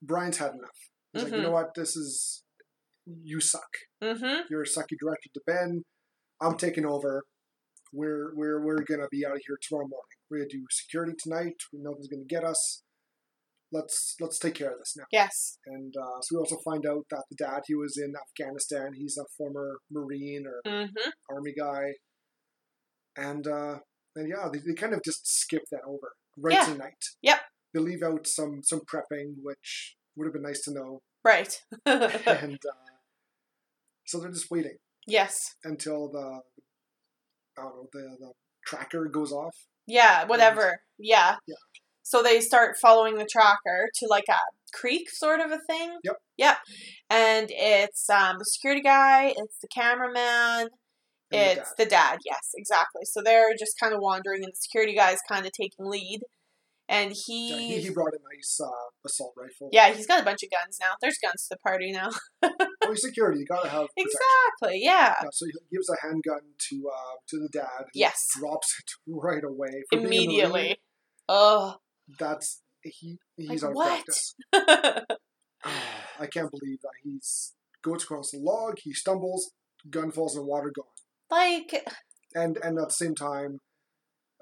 [SPEAKER 1] Brian's had enough. He's like, you know what? This is you suck.
[SPEAKER 2] Mm-hmm.
[SPEAKER 1] You're a sucky director to Ben. I'm taking over. We're we're we're gonna be out of here tomorrow morning. We're gonna do security tonight. Nothing's gonna get us. Let's let's take care of this now.
[SPEAKER 2] Yes.
[SPEAKER 1] And uh, so we also find out that the dad he was in Afghanistan. He's a former Marine or
[SPEAKER 2] Mm-hmm.
[SPEAKER 1] Army guy. And uh, and yeah, they, they kind of just skip that over right
[SPEAKER 2] Yeah.
[SPEAKER 1] to night.
[SPEAKER 2] Yep.
[SPEAKER 1] They leave out some some prepping, which would have been nice to know.
[SPEAKER 2] Right.
[SPEAKER 1] and uh, so they're just waiting
[SPEAKER 2] yes.
[SPEAKER 1] until the I don't know the, the tracker goes off.
[SPEAKER 2] Yeah. Whatever. Yeah.
[SPEAKER 1] Yeah.
[SPEAKER 2] So they start following the tracker to like a creek, sort of a thing.
[SPEAKER 1] Yep.
[SPEAKER 2] Yep. And it's um, the security guy. It's the cameraman.
[SPEAKER 1] and the
[SPEAKER 2] it's the dad. yes exactly so they're just kind of wandering and the security guy's kind of taking lead and
[SPEAKER 1] dad.
[SPEAKER 2] he
[SPEAKER 1] Yeah, he, he brought a nice uh, assault rifle.
[SPEAKER 2] yeah he's got a bunch of guns now there's guns to the party now
[SPEAKER 1] Oh, he's security. You gotta have protection.
[SPEAKER 2] exactly yeah
[SPEAKER 1] Yeah, so he gives a handgun to uh, to the dad. who
[SPEAKER 2] Yes.
[SPEAKER 1] Drops it right away. For being a Marine,
[SPEAKER 2] immediately oh
[SPEAKER 1] that's he. He's
[SPEAKER 2] Like,
[SPEAKER 1] out of
[SPEAKER 2] what?
[SPEAKER 1] practice. Ah, I can't believe that he's goes across the log. He stumbles. Gun falls in the water. Gone.
[SPEAKER 2] like
[SPEAKER 1] And and at the same time,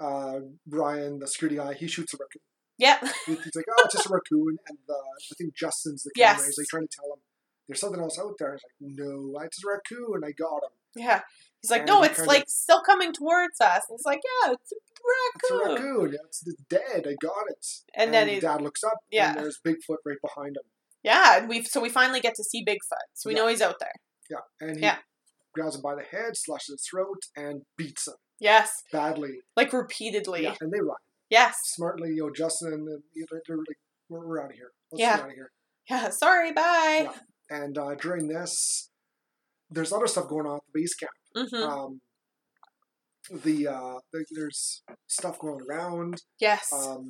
[SPEAKER 1] uh, Brian, the security guy, he shoots a raccoon.
[SPEAKER 2] yep
[SPEAKER 1] He- He's like, oh, it's just a raccoon. And the, I think Justin's the camera.
[SPEAKER 2] Yes.
[SPEAKER 1] He's like trying to tell him there's something else out there. He's like, no, it's a raccoon. I got him.
[SPEAKER 2] yeah he's like
[SPEAKER 1] And
[SPEAKER 2] no
[SPEAKER 1] he
[SPEAKER 2] it's
[SPEAKER 1] kinda-
[SPEAKER 2] like still coming towards us and he's like yeah it's
[SPEAKER 1] It's
[SPEAKER 2] a
[SPEAKER 1] a
[SPEAKER 2] raccoon,
[SPEAKER 1] raccoon. It's, it's dead. I got it.
[SPEAKER 2] and then he,
[SPEAKER 1] dad looks up.
[SPEAKER 2] Yeah.
[SPEAKER 1] And there's Bigfoot right behind him.
[SPEAKER 2] yeah and we so we finally get to see bigfoot so we
[SPEAKER 1] Yeah.
[SPEAKER 2] know he's out there
[SPEAKER 1] Yeah, and he
[SPEAKER 2] Yeah.
[SPEAKER 1] grabs him by the head, slashes his throat, and beats him
[SPEAKER 2] yes
[SPEAKER 1] badly.
[SPEAKER 2] like repeatedly
[SPEAKER 1] Yeah, and they run
[SPEAKER 2] yes
[SPEAKER 1] smartly. You know, Justin and and they're they're like, "We're, we're out of here. Let's
[SPEAKER 2] Yeah.
[SPEAKER 1] get out of here."
[SPEAKER 2] yeah sorry bye
[SPEAKER 1] And uh, during this, there's other stuff going on at the base camp.
[SPEAKER 2] hmm
[SPEAKER 1] Um, the uh, there- there's stuff going around.
[SPEAKER 2] yes
[SPEAKER 1] Um,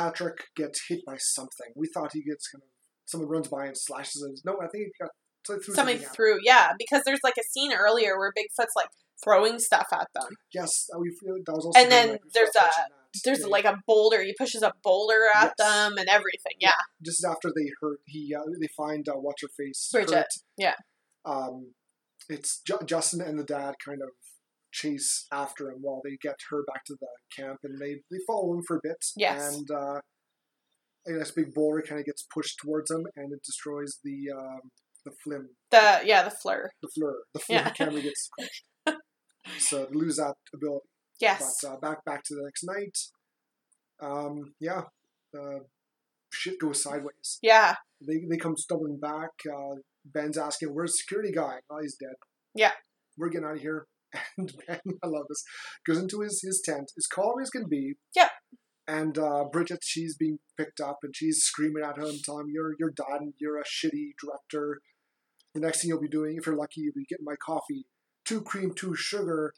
[SPEAKER 1] Patrick gets hit by something. We thought he gets kind of someone runs by and slashes him. No, I think he got something through.
[SPEAKER 2] something
[SPEAKER 1] something at him.
[SPEAKER 2] through. Yeah, because there's like a scene earlier where Bigfoot's like throwing stuff at them.
[SPEAKER 1] Yes, uh, we feel that was also.
[SPEAKER 2] And
[SPEAKER 1] good,
[SPEAKER 2] then
[SPEAKER 1] like, we
[SPEAKER 2] there's
[SPEAKER 1] forgot
[SPEAKER 2] a-
[SPEAKER 1] to mention that.
[SPEAKER 2] There's
[SPEAKER 1] Yeah,
[SPEAKER 2] like a boulder. He pushes a boulder at
[SPEAKER 1] Yes.
[SPEAKER 2] them and everything. Yeah.
[SPEAKER 1] just after they hurt, he uh, they find uh, what's her face
[SPEAKER 2] Bridget,
[SPEAKER 1] hurt.
[SPEAKER 2] yeah.
[SPEAKER 1] Um, it's Ju- Justin and the dad kind of chase after him while they get her back to the camp, and they they follow him for a bit.
[SPEAKER 2] Yes.
[SPEAKER 1] And uh, I guess big boulder kind of gets pushed towards him, and it destroys the um, the flim,
[SPEAKER 2] The yeah the fleur.
[SPEAKER 1] the fleur, the flim
[SPEAKER 2] Yeah.
[SPEAKER 1] camera gets crushed. so they lose that ability.
[SPEAKER 2] Yes.
[SPEAKER 1] But uh, back back to the next night. Um, yeah, uh, shit goes sideways
[SPEAKER 2] yeah.
[SPEAKER 1] they they come stumbling back. Uh, Ben's asking, "Where's the security guy?" Oh, he's dead.
[SPEAKER 2] Yeah.
[SPEAKER 1] we're getting out of here. And Ben, I love this, goes into his his tent, as calm as can be.
[SPEAKER 2] Yeah.
[SPEAKER 1] And uh, Bridget, she's being picked up, and she's screaming at him, telling him, "You're you're done. You're a shitty director. The next thing you'll be doing, if you're lucky, you'll be getting my coffee, two cream, two sugar."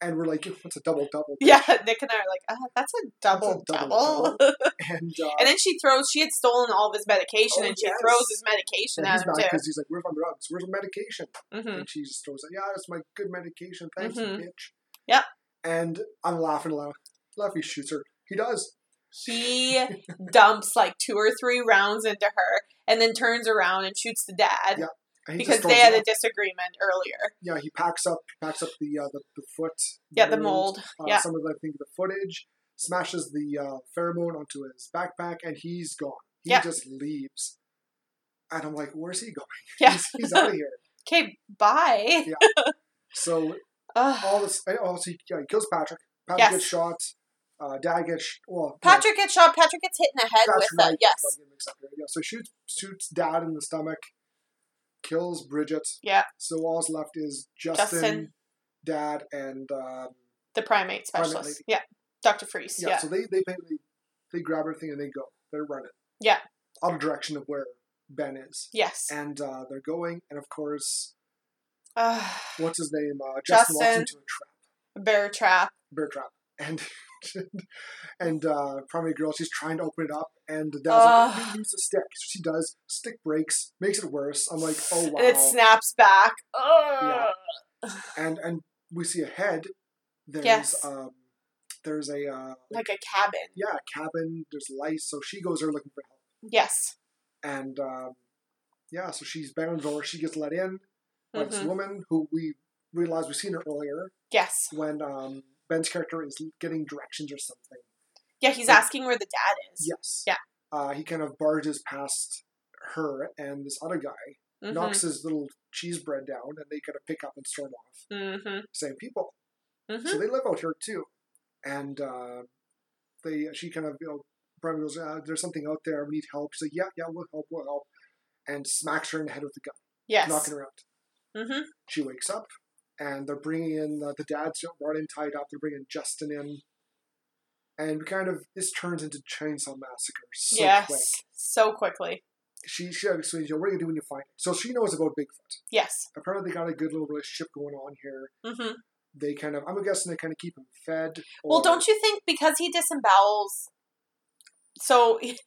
[SPEAKER 1] and we're like, "What's a double double?"
[SPEAKER 2] Yeah. Nick and I are like, ah, that's a double
[SPEAKER 1] That's a
[SPEAKER 2] double.
[SPEAKER 1] double And uh,
[SPEAKER 2] and then she throws. She had stolen all of his medication,
[SPEAKER 1] Oh,
[SPEAKER 2] and she
[SPEAKER 1] yes.
[SPEAKER 2] throws his medication
[SPEAKER 1] and he's mad
[SPEAKER 2] at him
[SPEAKER 1] because he's like, "Where's my drugs? Where's my medication?"
[SPEAKER 2] too. hmm
[SPEAKER 1] And she just throws out, yeah, that's my good medication. Thanks,
[SPEAKER 2] Mhm.
[SPEAKER 1] you bitch.
[SPEAKER 2] Yep.
[SPEAKER 1] And I'm laughing aloud. Leffy shoots her. He does.
[SPEAKER 2] He dumps like two or three rounds into her, and then turns around and shoots the dad.
[SPEAKER 1] Yeah. And he
[SPEAKER 2] because
[SPEAKER 1] just storms
[SPEAKER 2] they had a
[SPEAKER 1] off.
[SPEAKER 2] disagreement earlier.
[SPEAKER 1] yeah, he packs up packs up the uh, the, the foot.
[SPEAKER 2] Yeah, the mold.
[SPEAKER 1] Uh,
[SPEAKER 2] yeah.
[SPEAKER 1] Some of the, I think the footage smashes the uh, pheromone onto his backpack, and he's gone. He
[SPEAKER 2] Yeah.
[SPEAKER 1] just leaves. And I'm like, where's he going?
[SPEAKER 2] Yeah.
[SPEAKER 1] He's, he's out of here.
[SPEAKER 2] Okay, bye.
[SPEAKER 1] Yeah. So
[SPEAKER 2] Ugh.
[SPEAKER 1] all this, and also he, yeah, he kills Patrick. Patrick
[SPEAKER 2] Yes.
[SPEAKER 1] gets shot. Uh, Dad gets sh- well. no,
[SPEAKER 2] Patrick gets shot. Patrick gets hit in the head
[SPEAKER 1] That's
[SPEAKER 2] with
[SPEAKER 1] right.
[SPEAKER 2] a yes.
[SPEAKER 1] that's what I'm mixed up here. Yeah, so shoots shoots dad in the stomach, kills Bridget.
[SPEAKER 2] Yeah.
[SPEAKER 1] So all's left is Justin,
[SPEAKER 2] Justin.
[SPEAKER 1] dad, and um,
[SPEAKER 2] The
[SPEAKER 1] Primate
[SPEAKER 2] primate specialist.
[SPEAKER 1] lady.
[SPEAKER 2] yeah, Doctor Freeze.
[SPEAKER 1] yeah,
[SPEAKER 2] Yeah,
[SPEAKER 1] So they they they, they grab everything and they go. They're running.
[SPEAKER 2] Yeah.
[SPEAKER 1] Out of direction of where Ben is,
[SPEAKER 2] yes.
[SPEAKER 1] and uh, they're going, and of course,
[SPEAKER 2] Ugh.
[SPEAKER 1] what's his name? Uh, Justin, walks
[SPEAKER 2] Justin.
[SPEAKER 1] into a trap,
[SPEAKER 2] bear trap.
[SPEAKER 1] bear trap, and. And uh, primary girl, she's trying to open it up, and the dad's like,
[SPEAKER 2] Ugh.
[SPEAKER 1] "You use a stick." So she does. Stick breaks, makes it worse. I'm like, "Oh wow!"
[SPEAKER 2] And it snaps back. Ugh.
[SPEAKER 1] and and we see a head. There's
[SPEAKER 2] Yes.
[SPEAKER 1] um, there's a uh,
[SPEAKER 2] Like a cabin.
[SPEAKER 1] yeah a cabin. There's lice, so she goes there looking for help.
[SPEAKER 2] Yes.
[SPEAKER 1] And um, yeah, so she's bound door. She gets let in by this
[SPEAKER 2] Mhm.
[SPEAKER 1] woman who we realize we've seen her earlier
[SPEAKER 2] Yes.
[SPEAKER 1] when um, Ben's character is getting directions or something.
[SPEAKER 2] Yeah, he's
[SPEAKER 1] Like-
[SPEAKER 2] asking where the dad is.
[SPEAKER 1] Yes.
[SPEAKER 2] Yeah.
[SPEAKER 1] Uh, he kind of barges past her and this other guy
[SPEAKER 2] Mhm.
[SPEAKER 1] knocks his little cheese bread down, and they kind of pick up and storm off.
[SPEAKER 2] Mhm.
[SPEAKER 1] Same people.
[SPEAKER 2] Mhm.
[SPEAKER 1] So they live out here too, and uh, they she kind of you know Brian goes, uh, "There's something out there. We need help." She's like, "Yeah, yeah, we'll help, we'll help," and smacks her in the head with the gun,
[SPEAKER 2] Yes.
[SPEAKER 1] knocking her out.
[SPEAKER 2] Mhm.
[SPEAKER 1] She wakes up, and they're bringing in uh, the, the dad's brought in tied up. They're bringing Justin in, and we kind of this turns into Chainsaw Massacre so
[SPEAKER 2] yes.
[SPEAKER 1] quick.
[SPEAKER 2] So quickly.
[SPEAKER 1] She she explains, "What are you gonna do when you find it?" So she knows about Bigfoot.
[SPEAKER 2] Yes.
[SPEAKER 1] Apparently, they got a good little relationship going on here.
[SPEAKER 2] Mhm.
[SPEAKER 1] They kind of, I'm guessing, they kind of keep him fed.
[SPEAKER 2] Well,
[SPEAKER 1] or-
[SPEAKER 2] don't you think because he disembowels, so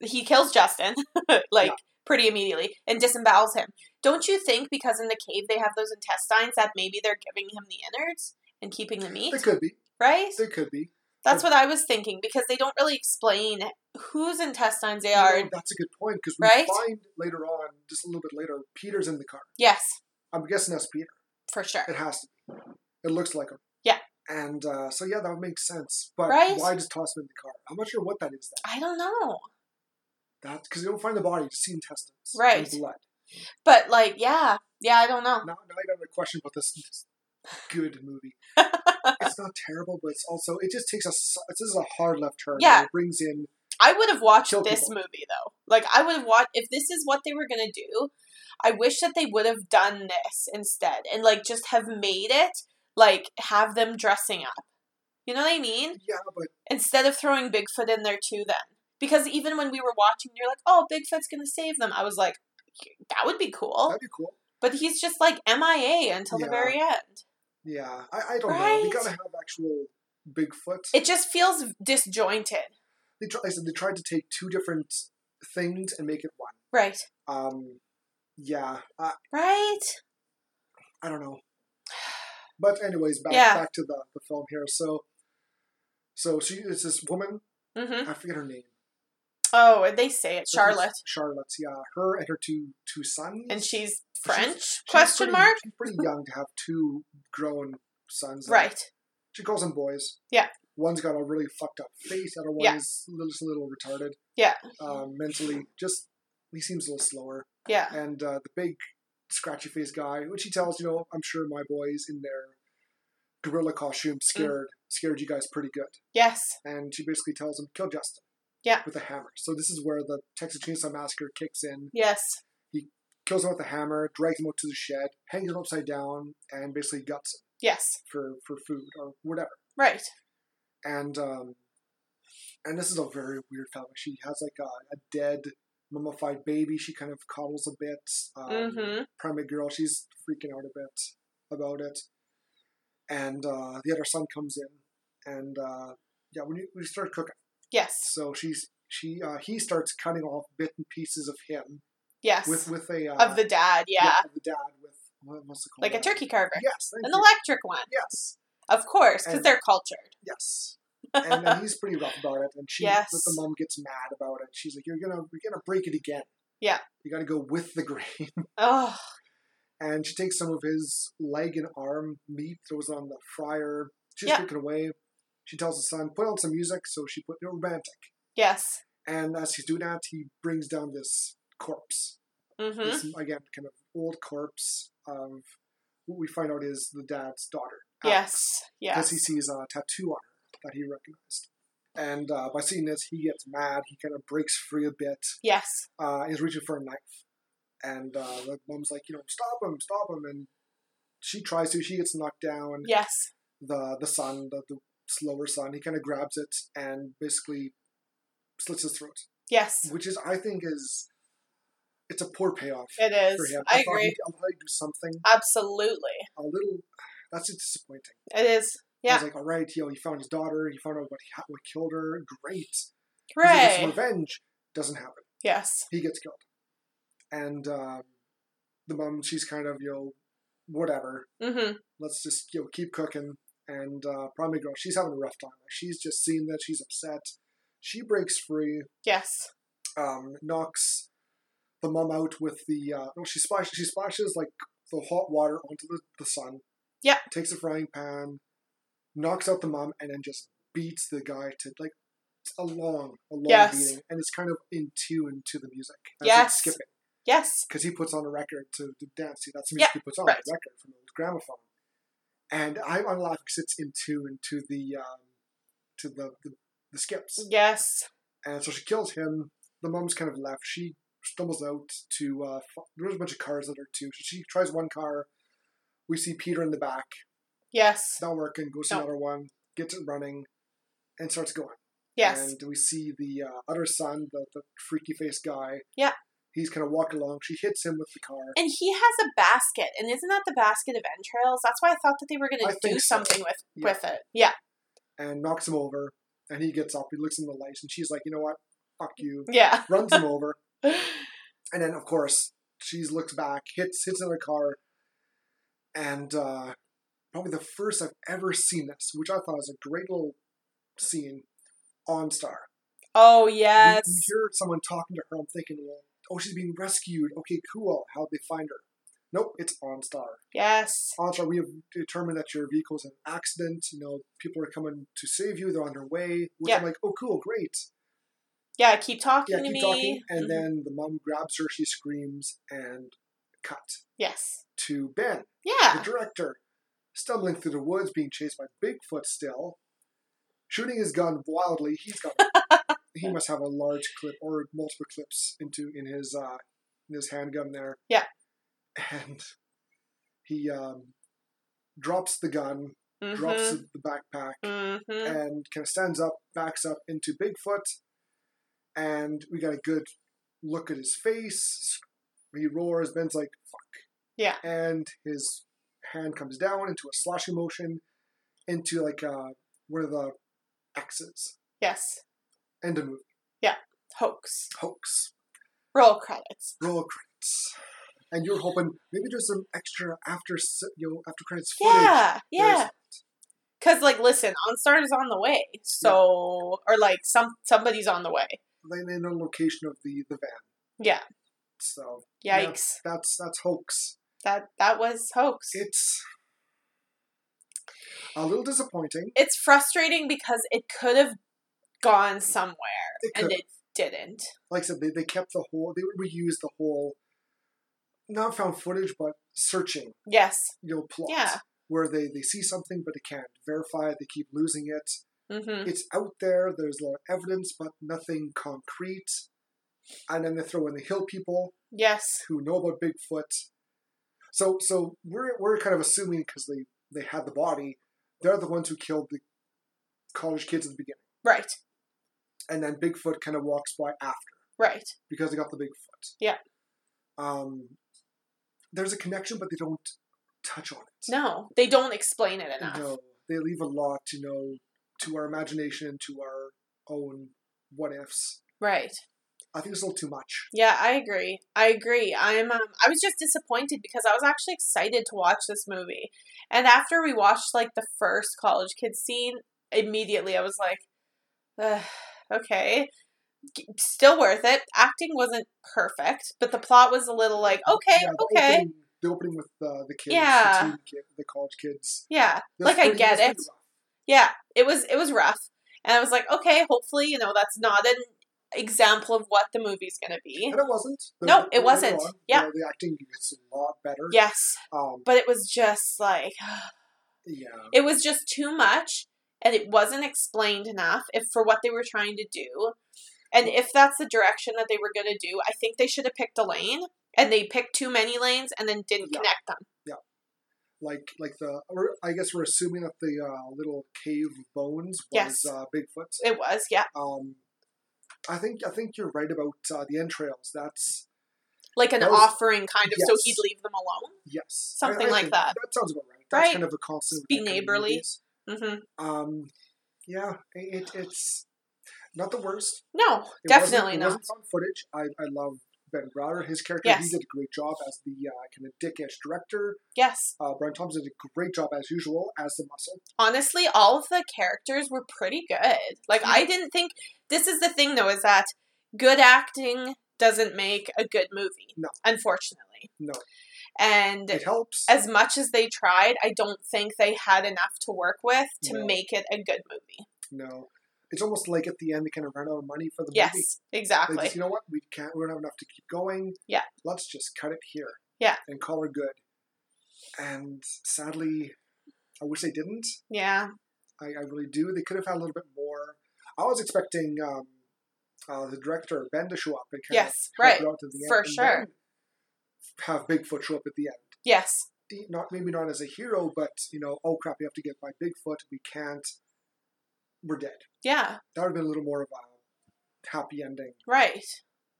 [SPEAKER 2] he kills Justin like
[SPEAKER 1] Yeah.
[SPEAKER 2] pretty immediately and disembowels him. Don't you think because in the cave they have those intestines that maybe they're giving him the innards and keeping the meat,
[SPEAKER 1] They could be.
[SPEAKER 2] right?
[SPEAKER 1] They could be.
[SPEAKER 2] That's what I was thinking because they don't really explain whose intestines they are.
[SPEAKER 1] You know, that's a good point because we
[SPEAKER 2] Right?
[SPEAKER 1] find later on, just a little bit later, Peter's in the car.
[SPEAKER 2] Yes,
[SPEAKER 1] I'm guessing that's Peter.
[SPEAKER 2] for sure.
[SPEAKER 1] It has to be. It looks like him.
[SPEAKER 2] Yeah.
[SPEAKER 1] And uh, so yeah, that would make sense. But
[SPEAKER 2] Right?
[SPEAKER 1] why just toss him in the car? I'm not sure what that is. That
[SPEAKER 2] I don't know,
[SPEAKER 1] that because you don't find the body, you just see intestines, and
[SPEAKER 2] Right.
[SPEAKER 1] blood.
[SPEAKER 2] but like, yeah, yeah, I don't know.
[SPEAKER 1] Now, now I got a question about this, this good movie. it's not terrible, but it's also it just takes a s- this is a hard left turn. and
[SPEAKER 2] Yeah.
[SPEAKER 1] It brings in
[SPEAKER 2] I would have watched
[SPEAKER 1] Kill
[SPEAKER 2] this
[SPEAKER 1] people.
[SPEAKER 2] movie though. Like I would have watched if this is what they were gonna do. I wish that they would have done this instead and like just have made it like have them dressing up. You know what I mean?
[SPEAKER 1] yeah, but
[SPEAKER 2] Instead of throwing Bigfoot in there too. Then because even when we were watching, you're like, oh, Bigfoot's gonna save them. I was like, that would be cool.
[SPEAKER 1] that'd be cool.
[SPEAKER 2] But he's just like MIA until
[SPEAKER 1] Yeah.
[SPEAKER 2] the very end.
[SPEAKER 1] Yeah, I, I don't know. They
[SPEAKER 2] Right?
[SPEAKER 1] gotta have actual Bigfoot.
[SPEAKER 2] It just feels disjointed,
[SPEAKER 1] they tried. I said they tried to take two different things and make it one.
[SPEAKER 2] right?
[SPEAKER 1] Um, yeah, I,
[SPEAKER 2] Right?
[SPEAKER 1] I don't know. But anyways, back
[SPEAKER 2] Yeah.
[SPEAKER 1] back to the, the film here. So so she it's this woman,
[SPEAKER 2] hmm
[SPEAKER 1] I forget her name.
[SPEAKER 2] Oh, and they say it, Charlotte,
[SPEAKER 1] Charlotte, yeah. Her and her two two sons.
[SPEAKER 2] and she's French?
[SPEAKER 1] She's
[SPEAKER 2] question
[SPEAKER 1] pretty-
[SPEAKER 2] mark?
[SPEAKER 1] She's pretty young to have two grown sons.
[SPEAKER 2] Right.
[SPEAKER 1] She calls them boys.
[SPEAKER 2] Yeah.
[SPEAKER 1] One's got a really fucked up face. The other one
[SPEAKER 2] Yeah.
[SPEAKER 1] is a little- just a little retarded.
[SPEAKER 2] Yeah.
[SPEAKER 1] Um, mentally, just he seems a little slower.
[SPEAKER 2] Yeah.
[SPEAKER 1] And uh, the big scratchy face guy, which he tells, you know, I'm sure my boys in their gorilla costume
[SPEAKER 2] Mm.
[SPEAKER 1] scared scared you guys pretty good.
[SPEAKER 2] Yes.
[SPEAKER 1] And she basically tells him, kill Justin.
[SPEAKER 2] Yeah.
[SPEAKER 1] With a hammer. So this is where the Texas Chainsaw Massacre kicks in.
[SPEAKER 2] Yes.
[SPEAKER 1] Kills him with a hammer, drags him up to the shed, hangs him upside down, and basically guts him
[SPEAKER 2] Yes.
[SPEAKER 1] for for food or whatever.
[SPEAKER 2] Right.
[SPEAKER 1] and um, and this is a very weird film. She has like a, a dead mummified baby. She kind of coddles a bit. Um,
[SPEAKER 2] hmm
[SPEAKER 1] Primate girl, she's freaking out a bit about it. And uh, the other son comes in, and uh, yeah, when you, we start cooking,
[SPEAKER 2] Yes.
[SPEAKER 1] so she's she uh, he starts cutting off bit and pieces of him
[SPEAKER 2] Yes.
[SPEAKER 1] with with a uh,
[SPEAKER 2] of the dad, yeah.
[SPEAKER 1] of the dad with what, what's it called Uh,
[SPEAKER 2] Like a turkey carver.
[SPEAKER 1] Yes, thank
[SPEAKER 2] An
[SPEAKER 1] you.
[SPEAKER 2] electric one.
[SPEAKER 1] yes.
[SPEAKER 2] Of course, because
[SPEAKER 1] And-
[SPEAKER 2] they're cultured.
[SPEAKER 1] Yes. And, and he's pretty rough about it. And she,
[SPEAKER 2] Yes.
[SPEAKER 1] but the mom gets mad about it. She's like, "You're gonna, you're gonna break it again.
[SPEAKER 2] Yeah.
[SPEAKER 1] You got to go with the grain."
[SPEAKER 2] Oh,
[SPEAKER 1] And she takes some of his leg and arm meat, throws it on the fryer. She's
[SPEAKER 2] Yeah.
[SPEAKER 1] taken away. She tells the son, "Put on some music." So she put romantic.
[SPEAKER 2] yes.
[SPEAKER 1] And as he's doing that, he brings down this corpse.
[SPEAKER 2] Mm-hmm.
[SPEAKER 1] This again, kind of old corpse of what we find out is the dad's daughter.
[SPEAKER 2] Yes.
[SPEAKER 1] because
[SPEAKER 2] Yes.
[SPEAKER 1] he sees a tattoo on her that he recognized. And uh, by seeing this, he gets mad. He kind of breaks free a bit.
[SPEAKER 2] Yes.
[SPEAKER 1] Uh, he's reaching for a knife, and uh, the mom's like, you know, stop him, stop him. And she tries to. She gets knocked down.
[SPEAKER 2] Yes.
[SPEAKER 1] The the son, the, the slower son, he kind of grabs it and basically slits his throat,
[SPEAKER 2] Yes.
[SPEAKER 1] which is I think is it's a poor payoff
[SPEAKER 2] It
[SPEAKER 1] for
[SPEAKER 2] is.
[SPEAKER 1] him.
[SPEAKER 2] I
[SPEAKER 1] thought
[SPEAKER 2] agree.
[SPEAKER 1] he'd- I thought he'd do something
[SPEAKER 2] Absolutely.
[SPEAKER 1] a little. That's just disappointing.
[SPEAKER 2] It is.
[SPEAKER 1] I
[SPEAKER 2] Yeah.
[SPEAKER 1] was like, all right, you know, he found his daughter. He found out what, he- what killed her. Great. He's like, "It's
[SPEAKER 2] Hooray.
[SPEAKER 1] revenge doesn't happen.
[SPEAKER 2] Yes.
[SPEAKER 1] He gets killed. And um, the mom, she's kind of, you know, whatever.
[SPEAKER 2] Mm-hmm.
[SPEAKER 1] Let's just, you know, keep cooking. And uh, Primary Girl, she's having a rough time. She's just seeing that. She's upset. She breaks free,
[SPEAKER 2] Yes.
[SPEAKER 1] um, knocks the mom out with the, uh, no, she splashes, she splashes like the hot water onto the, the sun.
[SPEAKER 2] Yeah.
[SPEAKER 1] Takes a frying pan, knocks out the mom, and then just beats the guy to like it's a long, a long
[SPEAKER 2] Yes.
[SPEAKER 1] beating, and it's kind of in tune to the music. As
[SPEAKER 2] Yes.
[SPEAKER 1] it's skipping
[SPEAKER 2] Yes.
[SPEAKER 1] because he puts on a record to, to dance. See, that's the music he puts on
[SPEAKER 2] right.
[SPEAKER 1] the record from the gramophone, and I'm on live because it's in tune to the um, to the, the the skips,
[SPEAKER 2] Yes.
[SPEAKER 1] and so she kills him. The mom's kind of left. She stumbles out to uh, f- there's a bunch of cars that are too. So she tries one car. We see Peter in the back
[SPEAKER 2] Yes.
[SPEAKER 1] it's not working. Goes to
[SPEAKER 2] No.
[SPEAKER 1] another one, gets it running, and starts going.
[SPEAKER 2] Yes.
[SPEAKER 1] And we see the uh, other son, the, the freaky faced guy.
[SPEAKER 2] Yeah.
[SPEAKER 1] He's kind of walking along. She hits him with the car.
[SPEAKER 2] And he has a basket, and isn't that the basket of entrails? That's why I thought that they were
[SPEAKER 1] I
[SPEAKER 2] going to do
[SPEAKER 1] think so.
[SPEAKER 2] something with
[SPEAKER 1] Yeah.
[SPEAKER 2] with it. Yeah.
[SPEAKER 1] and knocks him over. And he gets up. He looks in the lights, and she's like, "You know what? Fuck you."
[SPEAKER 2] Yeah.
[SPEAKER 1] Runs him over. And then, of course, she looks back, hits hits another car, and uh, probably the first I've ever seen this, which I thought was a great little scene on Star.
[SPEAKER 2] Oh
[SPEAKER 1] We-
[SPEAKER 2] yes.
[SPEAKER 1] We, hear someone talking to her. I'm thinking, well, oh, she's being rescued. Okay, cool. How'd they find her? Nope, it's OnStar.
[SPEAKER 2] Yes.
[SPEAKER 1] OnStar, we have determined that your vehicle's an accident. You know, people are coming to save you. They're on their way. Which I'm like, oh, cool, great.
[SPEAKER 2] Yeah. Keep talking
[SPEAKER 1] Yeah,
[SPEAKER 2] to
[SPEAKER 1] keep
[SPEAKER 2] me.
[SPEAKER 1] talking. And
[SPEAKER 2] Mhm.
[SPEAKER 1] then the mom grabs her. She screams and cut
[SPEAKER 2] yes.
[SPEAKER 1] to Ben, the
[SPEAKER 2] Yeah.
[SPEAKER 1] director, stumbling through the woods, being chased by Bigfoot still. Shooting his gun wildly, he's got. he must have a large clip or multiple clips into in his uh, in his handgun there.
[SPEAKER 2] Yeah.
[SPEAKER 1] And he um, drops the gun, drops
[SPEAKER 2] Mm-hmm.
[SPEAKER 1] the backpack,
[SPEAKER 2] Mm-hmm.
[SPEAKER 1] and kind of stands up, backs up into Bigfoot, and we got a good look at his face. He roars. Ben's like, "Fuck."
[SPEAKER 2] Yeah.
[SPEAKER 1] And his hand comes down into a sloshing motion, into like uh, one of the X's.
[SPEAKER 2] Yes.
[SPEAKER 1] End of movie.
[SPEAKER 2] Hoax.
[SPEAKER 1] Hoax.
[SPEAKER 2] Roll credits.
[SPEAKER 1] Roll credits. and you're hoping maybe there's some extra after s- you know after credits footage.
[SPEAKER 2] Yeah, yeah.
[SPEAKER 1] There's-
[SPEAKER 2] Because like, listen, OnStar is on the way, so or like some somebody's on the way.
[SPEAKER 1] They know the location of the the van.
[SPEAKER 2] Yeah.
[SPEAKER 1] So Yeah.
[SPEAKER 2] Yikes!
[SPEAKER 1] that's that's hoax.
[SPEAKER 2] That that was hoax.
[SPEAKER 1] It's a little disappointing.
[SPEAKER 2] it's frustrating because it could have gone somewhere
[SPEAKER 1] It
[SPEAKER 2] and
[SPEAKER 1] could-
[SPEAKER 2] it didn't.
[SPEAKER 1] like I said, they, they kept the whole they reused the whole not found footage but searching
[SPEAKER 2] Yes.
[SPEAKER 1] you know plot
[SPEAKER 2] Yeah.
[SPEAKER 1] where they they see something but they can't verify it. They keep losing it.
[SPEAKER 2] Mm-hmm.
[SPEAKER 1] it's out there. There's a lot of evidence, but nothing concrete. And then they throw in the hill people
[SPEAKER 2] Yes.
[SPEAKER 1] who know about Bigfoot. So, so we're we're kind of assuming because they they had the body, they're the ones who killed the college kids at the beginning,
[SPEAKER 2] Right.
[SPEAKER 1] and then Bigfoot kind of walks by after
[SPEAKER 2] Right.
[SPEAKER 1] because they got the Bigfoot.
[SPEAKER 2] Yeah.
[SPEAKER 1] Um, there's a connection, but they don't touch on it.
[SPEAKER 2] No, they don't explain it enough.
[SPEAKER 1] No, they leave a lot, you know, to our imagination and to our own what ifs.
[SPEAKER 2] Right.
[SPEAKER 1] I think it's a little too much.
[SPEAKER 2] Yeah, I agree. I agree. I'm. Um, I was just disappointed because I was actually excited to watch this movie, and after we watched like the first college kids scene, immediately I was like, "Ugh, "Okay, G- still worth it." Acting wasn't perfect, but the plot was a little like, "Okay,
[SPEAKER 1] Yeah, the
[SPEAKER 2] okay,
[SPEAKER 1] Opening, the opening with uh, the kids,
[SPEAKER 2] Yeah.
[SPEAKER 1] the, teen kid, the college kids.
[SPEAKER 2] yeah, Like, I get it. yeah." It was. It was rough, and I was like, "Okay, hopefully, you know, that's not an example of what the movie's gonna be."
[SPEAKER 1] And it wasn't. Don't
[SPEAKER 2] No,
[SPEAKER 1] get-
[SPEAKER 2] it
[SPEAKER 1] don't get me
[SPEAKER 2] wasn't.
[SPEAKER 1] wrong.
[SPEAKER 2] Yeah.
[SPEAKER 1] You know, the acting gets a lot better.
[SPEAKER 2] Yes,
[SPEAKER 1] Um,
[SPEAKER 2] but it was just like.
[SPEAKER 1] yeah.
[SPEAKER 2] it was just too much and it wasn't explained enough if for what they were trying to do and if that's the direction that they were going to do i think they should have picked a lane and they picked too many lanes and then didn't
[SPEAKER 1] Yeah.
[SPEAKER 2] connect them
[SPEAKER 1] Like, like the. Or I guess we're assuming that the uh, little cave of bones was
[SPEAKER 2] Yes.
[SPEAKER 1] uh, Bigfoot.
[SPEAKER 2] it was yeah
[SPEAKER 1] Um, I think I think you're right about uh, the entrails. That's
[SPEAKER 2] like an
[SPEAKER 1] That was-
[SPEAKER 2] offering kind of so
[SPEAKER 1] Yes.
[SPEAKER 2] he'd leave them alone
[SPEAKER 1] yes,
[SPEAKER 2] Something like
[SPEAKER 1] think
[SPEAKER 2] that.
[SPEAKER 1] That sounds about right. That's
[SPEAKER 2] Right?
[SPEAKER 1] kind of a constant. with
[SPEAKER 2] Be
[SPEAKER 1] that kind of
[SPEAKER 2] neighborly.
[SPEAKER 1] movies.
[SPEAKER 2] mm-hmm.
[SPEAKER 1] Um, yeah, it, it's not the worst.
[SPEAKER 2] no
[SPEAKER 1] It
[SPEAKER 2] definitely
[SPEAKER 1] wasn't, It
[SPEAKER 2] not
[SPEAKER 1] wasn't fun footage. I, I love Ben Browder. His character, he
[SPEAKER 2] Yes.
[SPEAKER 1] did a great job as the uh, kind of dickish director.
[SPEAKER 2] yes
[SPEAKER 1] Uh, Brian Thompson did a great job as usual as the muscle.
[SPEAKER 2] honestly all of the characters were pretty good like i didn't think this is the thing though is that good acting doesn't make a good movie
[SPEAKER 1] No.
[SPEAKER 2] unfortunately
[SPEAKER 1] No.
[SPEAKER 2] and
[SPEAKER 1] It helps.
[SPEAKER 2] as much as they tried, I don't think they had enough to work with to
[SPEAKER 1] No.
[SPEAKER 2] make it a good movie.
[SPEAKER 1] no, it's almost like at the end they kind of ran out of money for the
[SPEAKER 2] yes,
[SPEAKER 1] movie. They
[SPEAKER 2] exactly.
[SPEAKER 1] just, you know what? We can't. We don't have enough to keep going.
[SPEAKER 2] Yeah.
[SPEAKER 1] Let's just cut it here.
[SPEAKER 2] Yeah.
[SPEAKER 1] And call her good. And sadly, I wish they didn't.
[SPEAKER 2] yeah,
[SPEAKER 1] I, I really do. They could have had a little bit more. I was expecting um, uh, the director Ben to show up and kind
[SPEAKER 2] Yes,
[SPEAKER 1] of help
[SPEAKER 2] right.
[SPEAKER 1] it out to the end,
[SPEAKER 2] For
[SPEAKER 1] and
[SPEAKER 2] sure.
[SPEAKER 1] then Have Bigfoot show up at the end.
[SPEAKER 2] yes,
[SPEAKER 1] E- Not maybe not as a hero, but you know, oh crap, we have to get by Bigfoot. We can't. We're dead.
[SPEAKER 2] yeah,
[SPEAKER 1] That would have been a little more of a happy ending,
[SPEAKER 2] right.
[SPEAKER 1] at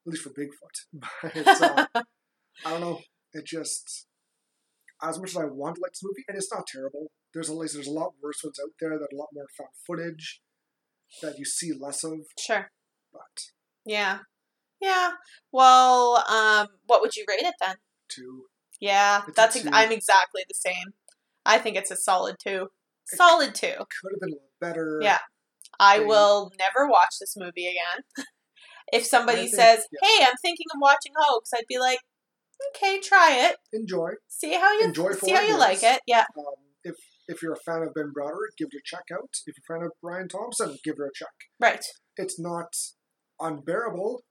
[SPEAKER 1] least for Bigfoot. But uh, I don't know. It just as much as I want to like this movie, and it's not terrible. There's a there's a lot worse ones out there that are a lot more found footage that you see less of.
[SPEAKER 2] sure.
[SPEAKER 1] But
[SPEAKER 2] Yeah, yeah. Well, um, what would you rate it then?
[SPEAKER 1] two,
[SPEAKER 2] Yeah,
[SPEAKER 1] It's a
[SPEAKER 2] that's ex-
[SPEAKER 1] two.
[SPEAKER 2] I'm exactly the same. I think it's a solid two.
[SPEAKER 1] c-
[SPEAKER 2] Solid two.
[SPEAKER 1] could have been a lot better.
[SPEAKER 2] Yeah. I
[SPEAKER 1] Three.
[SPEAKER 2] will never watch this movie again. if somebody
[SPEAKER 1] think-
[SPEAKER 2] says,
[SPEAKER 1] yeah.
[SPEAKER 2] "Hey, I'm thinking of watching Hoax," I'd be like, "Okay, try it."
[SPEAKER 1] Enjoy.
[SPEAKER 2] See how you
[SPEAKER 1] Enjoy for
[SPEAKER 2] see
[SPEAKER 1] what
[SPEAKER 2] how
[SPEAKER 1] it
[SPEAKER 2] you
[SPEAKER 1] is.
[SPEAKER 2] like it. Yeah,
[SPEAKER 1] Um, if if you're a fan of Ben Browder, give it a check out. If you're a fan of Brian Thompson, give her a check.
[SPEAKER 2] right,
[SPEAKER 1] It's not unbearable.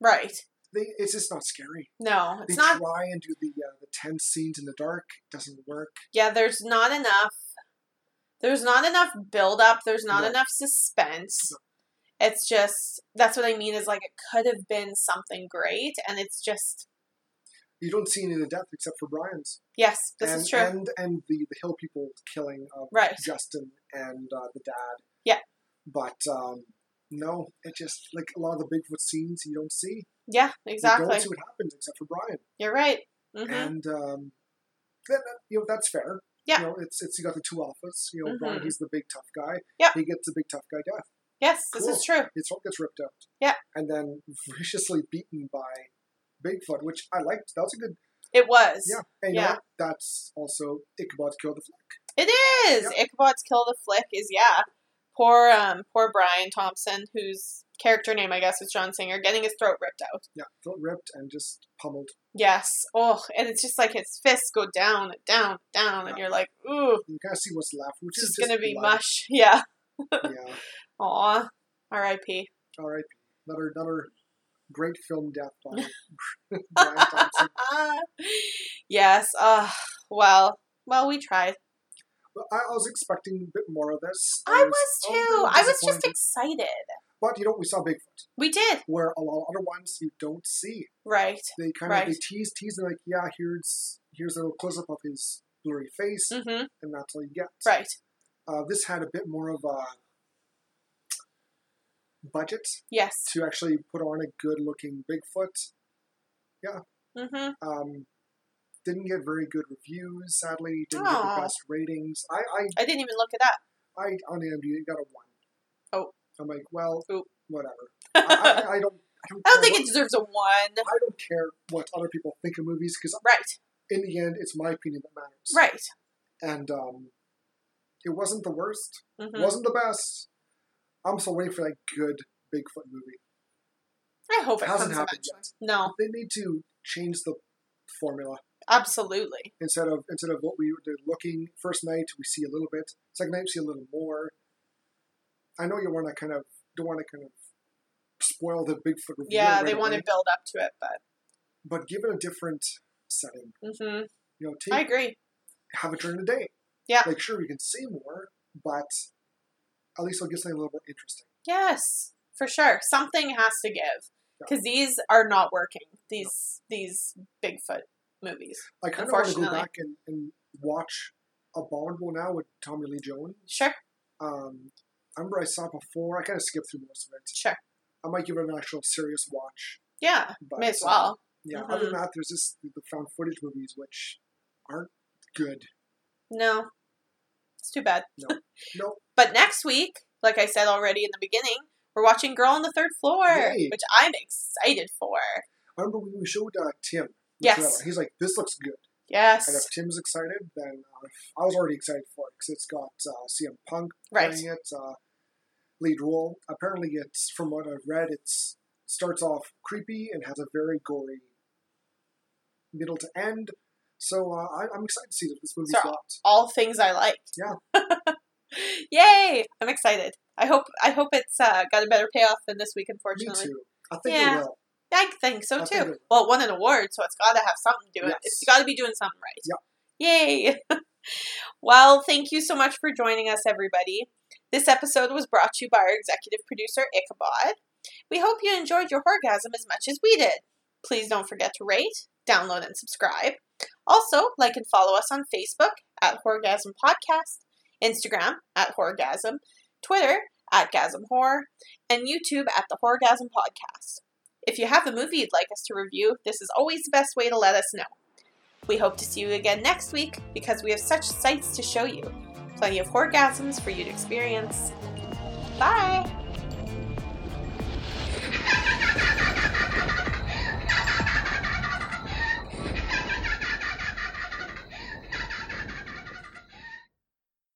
[SPEAKER 2] right.
[SPEAKER 1] They, it's just not scary.
[SPEAKER 2] No,
[SPEAKER 1] They
[SPEAKER 2] it's not.
[SPEAKER 1] try and do the uh, the tense scenes in the dark. Doesn't work.
[SPEAKER 2] Yeah, there's not enough. There's not enough build up. There's not
[SPEAKER 1] No.
[SPEAKER 2] enough suspense. It's just that's what I mean. Is like it could have been something great, and it's just
[SPEAKER 1] You don't see any of the death except for Brian's.
[SPEAKER 2] yes, this
[SPEAKER 1] and,
[SPEAKER 2] is true.
[SPEAKER 1] And and the, the hill people killing of
[SPEAKER 2] Right.
[SPEAKER 1] Justin and uh, the dad.
[SPEAKER 2] Yeah.
[SPEAKER 1] But um, no, it just like a lot of the Bigfoot scenes you don't see.
[SPEAKER 2] yeah,
[SPEAKER 1] You
[SPEAKER 2] exactly.
[SPEAKER 1] don't see what happens except for Brian.
[SPEAKER 2] You're right. hmm
[SPEAKER 1] and um, that, that- you know that's fair.
[SPEAKER 2] Yeah.
[SPEAKER 1] you know, it's it's you got the two alphas. You know, Ron,
[SPEAKER 2] Mhm.
[SPEAKER 1] he's the big tough guy.
[SPEAKER 2] Yeah.
[SPEAKER 1] he gets the big tough guy death.
[SPEAKER 2] Yes, this
[SPEAKER 1] cool.
[SPEAKER 2] is true.
[SPEAKER 1] His throat gets ripped out.
[SPEAKER 2] Yeah.
[SPEAKER 1] and then viciously beaten by Bigfoot, which I liked. That was a good.
[SPEAKER 2] It was.
[SPEAKER 1] Yeah, and you know
[SPEAKER 2] Yeah.
[SPEAKER 1] what? that's also Ichabod killed the Flick.
[SPEAKER 2] It is.
[SPEAKER 1] Yep.
[SPEAKER 2] Ichabod's Kill the Flick is yeah. Poor um poor Brian Thompson, whose character name I guess is John Singer, getting his throat ripped out.
[SPEAKER 1] Yeah, felt ripped and just pummeled.
[SPEAKER 2] Yes. Oh, and it's just like his fists go down, down, down, and
[SPEAKER 1] Yeah.
[SPEAKER 2] you're like, ooh,
[SPEAKER 1] You kind of see what's left, which
[SPEAKER 2] it's
[SPEAKER 1] is
[SPEAKER 2] just
[SPEAKER 1] just
[SPEAKER 2] gonna be
[SPEAKER 1] blood.
[SPEAKER 2] mush. Yeah.
[SPEAKER 1] yeah,
[SPEAKER 2] Aw. R.I.P.
[SPEAKER 1] all right, another another great film death by Brian Thompson.
[SPEAKER 2] Ah. yes. Ah. well. Well, we tried.
[SPEAKER 1] But I I was expecting a bit more of this.
[SPEAKER 2] I was
[SPEAKER 1] a
[SPEAKER 2] too.
[SPEAKER 1] little
[SPEAKER 2] I was just
[SPEAKER 1] disappointed.
[SPEAKER 2] excited.
[SPEAKER 1] but you know, we saw Bigfoot,
[SPEAKER 2] We did.
[SPEAKER 1] where a lot of other ones you don't see.
[SPEAKER 2] Right.
[SPEAKER 1] They kind
[SPEAKER 2] Right.
[SPEAKER 1] of they tease, tease, and like, yeah, here's here's a little close up of his blurry face,
[SPEAKER 2] Mm-hmm.
[SPEAKER 1] and that's all you get.
[SPEAKER 2] Right.
[SPEAKER 1] Uh, this had a bit more of a budget
[SPEAKER 2] Yes.
[SPEAKER 1] to actually put on a good looking Bigfoot.
[SPEAKER 2] Mm-hmm.
[SPEAKER 1] Um, didn't get very good reviews, sadly. Didn't get
[SPEAKER 2] Aw.
[SPEAKER 1] the best ratings. I, I,
[SPEAKER 2] I didn't even look it up.
[SPEAKER 1] I on IMDb got a one.
[SPEAKER 2] Oh.
[SPEAKER 1] I'm like, well,
[SPEAKER 2] Oop.
[SPEAKER 1] whatever. I, I, I don't. I don't,
[SPEAKER 2] I don't
[SPEAKER 1] care
[SPEAKER 2] think it
[SPEAKER 1] what,
[SPEAKER 2] deserves a one.
[SPEAKER 1] I don't care what other people think of movies because
[SPEAKER 2] Right.
[SPEAKER 1] in the end, it's my opinion that matters.
[SPEAKER 2] Right.
[SPEAKER 1] And um, it wasn't the worst.
[SPEAKER 2] Mm-hmm.
[SPEAKER 1] Wasn't the best. I'm still waiting for that good Bigfoot movie.
[SPEAKER 2] I hope it
[SPEAKER 1] Hasn't
[SPEAKER 2] comes
[SPEAKER 1] happened
[SPEAKER 2] eventually. No,
[SPEAKER 1] They need to change the formula
[SPEAKER 2] absolutely.
[SPEAKER 1] instead of instead of what we were looking first night we see a little bit second night we see a little more i know you want to kind of don't want to kind of spoil the bigfoot reveal
[SPEAKER 2] Yeah,
[SPEAKER 1] right
[SPEAKER 2] they want
[SPEAKER 1] away,
[SPEAKER 2] to build up to it, but
[SPEAKER 1] but give it a different setting
[SPEAKER 2] hmm
[SPEAKER 1] you know
[SPEAKER 2] I
[SPEAKER 1] take
[SPEAKER 2] agree.
[SPEAKER 1] have it during the day
[SPEAKER 2] Yeah.
[SPEAKER 1] like sure we can see more but at least it'll get something a little more interesting
[SPEAKER 2] Yes, for sure. Something has to give because these are not working. These these Bigfoot movies.
[SPEAKER 1] i kind of want to go
[SPEAKER 2] Unfortunately.
[SPEAKER 1] back and, and watch abominable now with tommy lee jones
[SPEAKER 2] Sure,
[SPEAKER 1] um I remember I saw it before. I kind of skipped through most of it.
[SPEAKER 2] sure.
[SPEAKER 1] I might give it an actual serious watch.
[SPEAKER 2] Yeah,
[SPEAKER 1] But,
[SPEAKER 2] may as
[SPEAKER 1] uh,
[SPEAKER 2] well.
[SPEAKER 1] Yeah. Other
[SPEAKER 2] Mhm.
[SPEAKER 1] than that, there's just the found footage movies, which aren't good.
[SPEAKER 2] No, it's too bad.
[SPEAKER 1] No,
[SPEAKER 2] But next week, like I said already in the beginning, we're watching Girl on the Third Floor,
[SPEAKER 1] Yay.
[SPEAKER 2] which I'm excited for.
[SPEAKER 1] I remember when we showed uh, Tim. the
[SPEAKER 2] Yes.
[SPEAKER 1] trailer, He's like, "This looks good," and if
[SPEAKER 2] Yes,
[SPEAKER 1] Tim's excited, then uh, I was already excited for it because it's got uh, CM Punk
[SPEAKER 2] right.
[SPEAKER 1] playing it uh, lead role. Apparently, it's from what I've read, it's starts off creepy and has a very gory middle to end. So uh, I, I'm excited to see that this movie's
[SPEAKER 2] So-
[SPEAKER 1] got.
[SPEAKER 2] all things I like.
[SPEAKER 1] Yeah.
[SPEAKER 2] Yay! I'm excited. I hope I hope it's uh, got a better payoff than this week.
[SPEAKER 1] Me
[SPEAKER 2] Unfortunately,
[SPEAKER 1] too. I think it
[SPEAKER 2] Yeah.
[SPEAKER 1] will.
[SPEAKER 2] I think so
[SPEAKER 1] I
[SPEAKER 2] too.
[SPEAKER 1] think it will.
[SPEAKER 2] well, it won an award, so it's got to have something to it.
[SPEAKER 1] Yes.
[SPEAKER 2] It's got to be doing something right. Yay! well, thank you so much for joining us, everybody. This episode was brought to you by our executive producer Ichabod. We hope you enjoyed your orgasm as much as we did. Please don't forget to rate, download, and subscribe. Also, like and follow us on Facebook at Horgasm Podcast, Instagram at Horgasm, Twitter at Gasm Horror, and YouTube at the Horgasm Podcast. If you have a movie you'd like us to review, this is always the best way to let us know. We hope to see you again next week because we have such sights to show you. Plenty of orgasms for you to experience. Bye!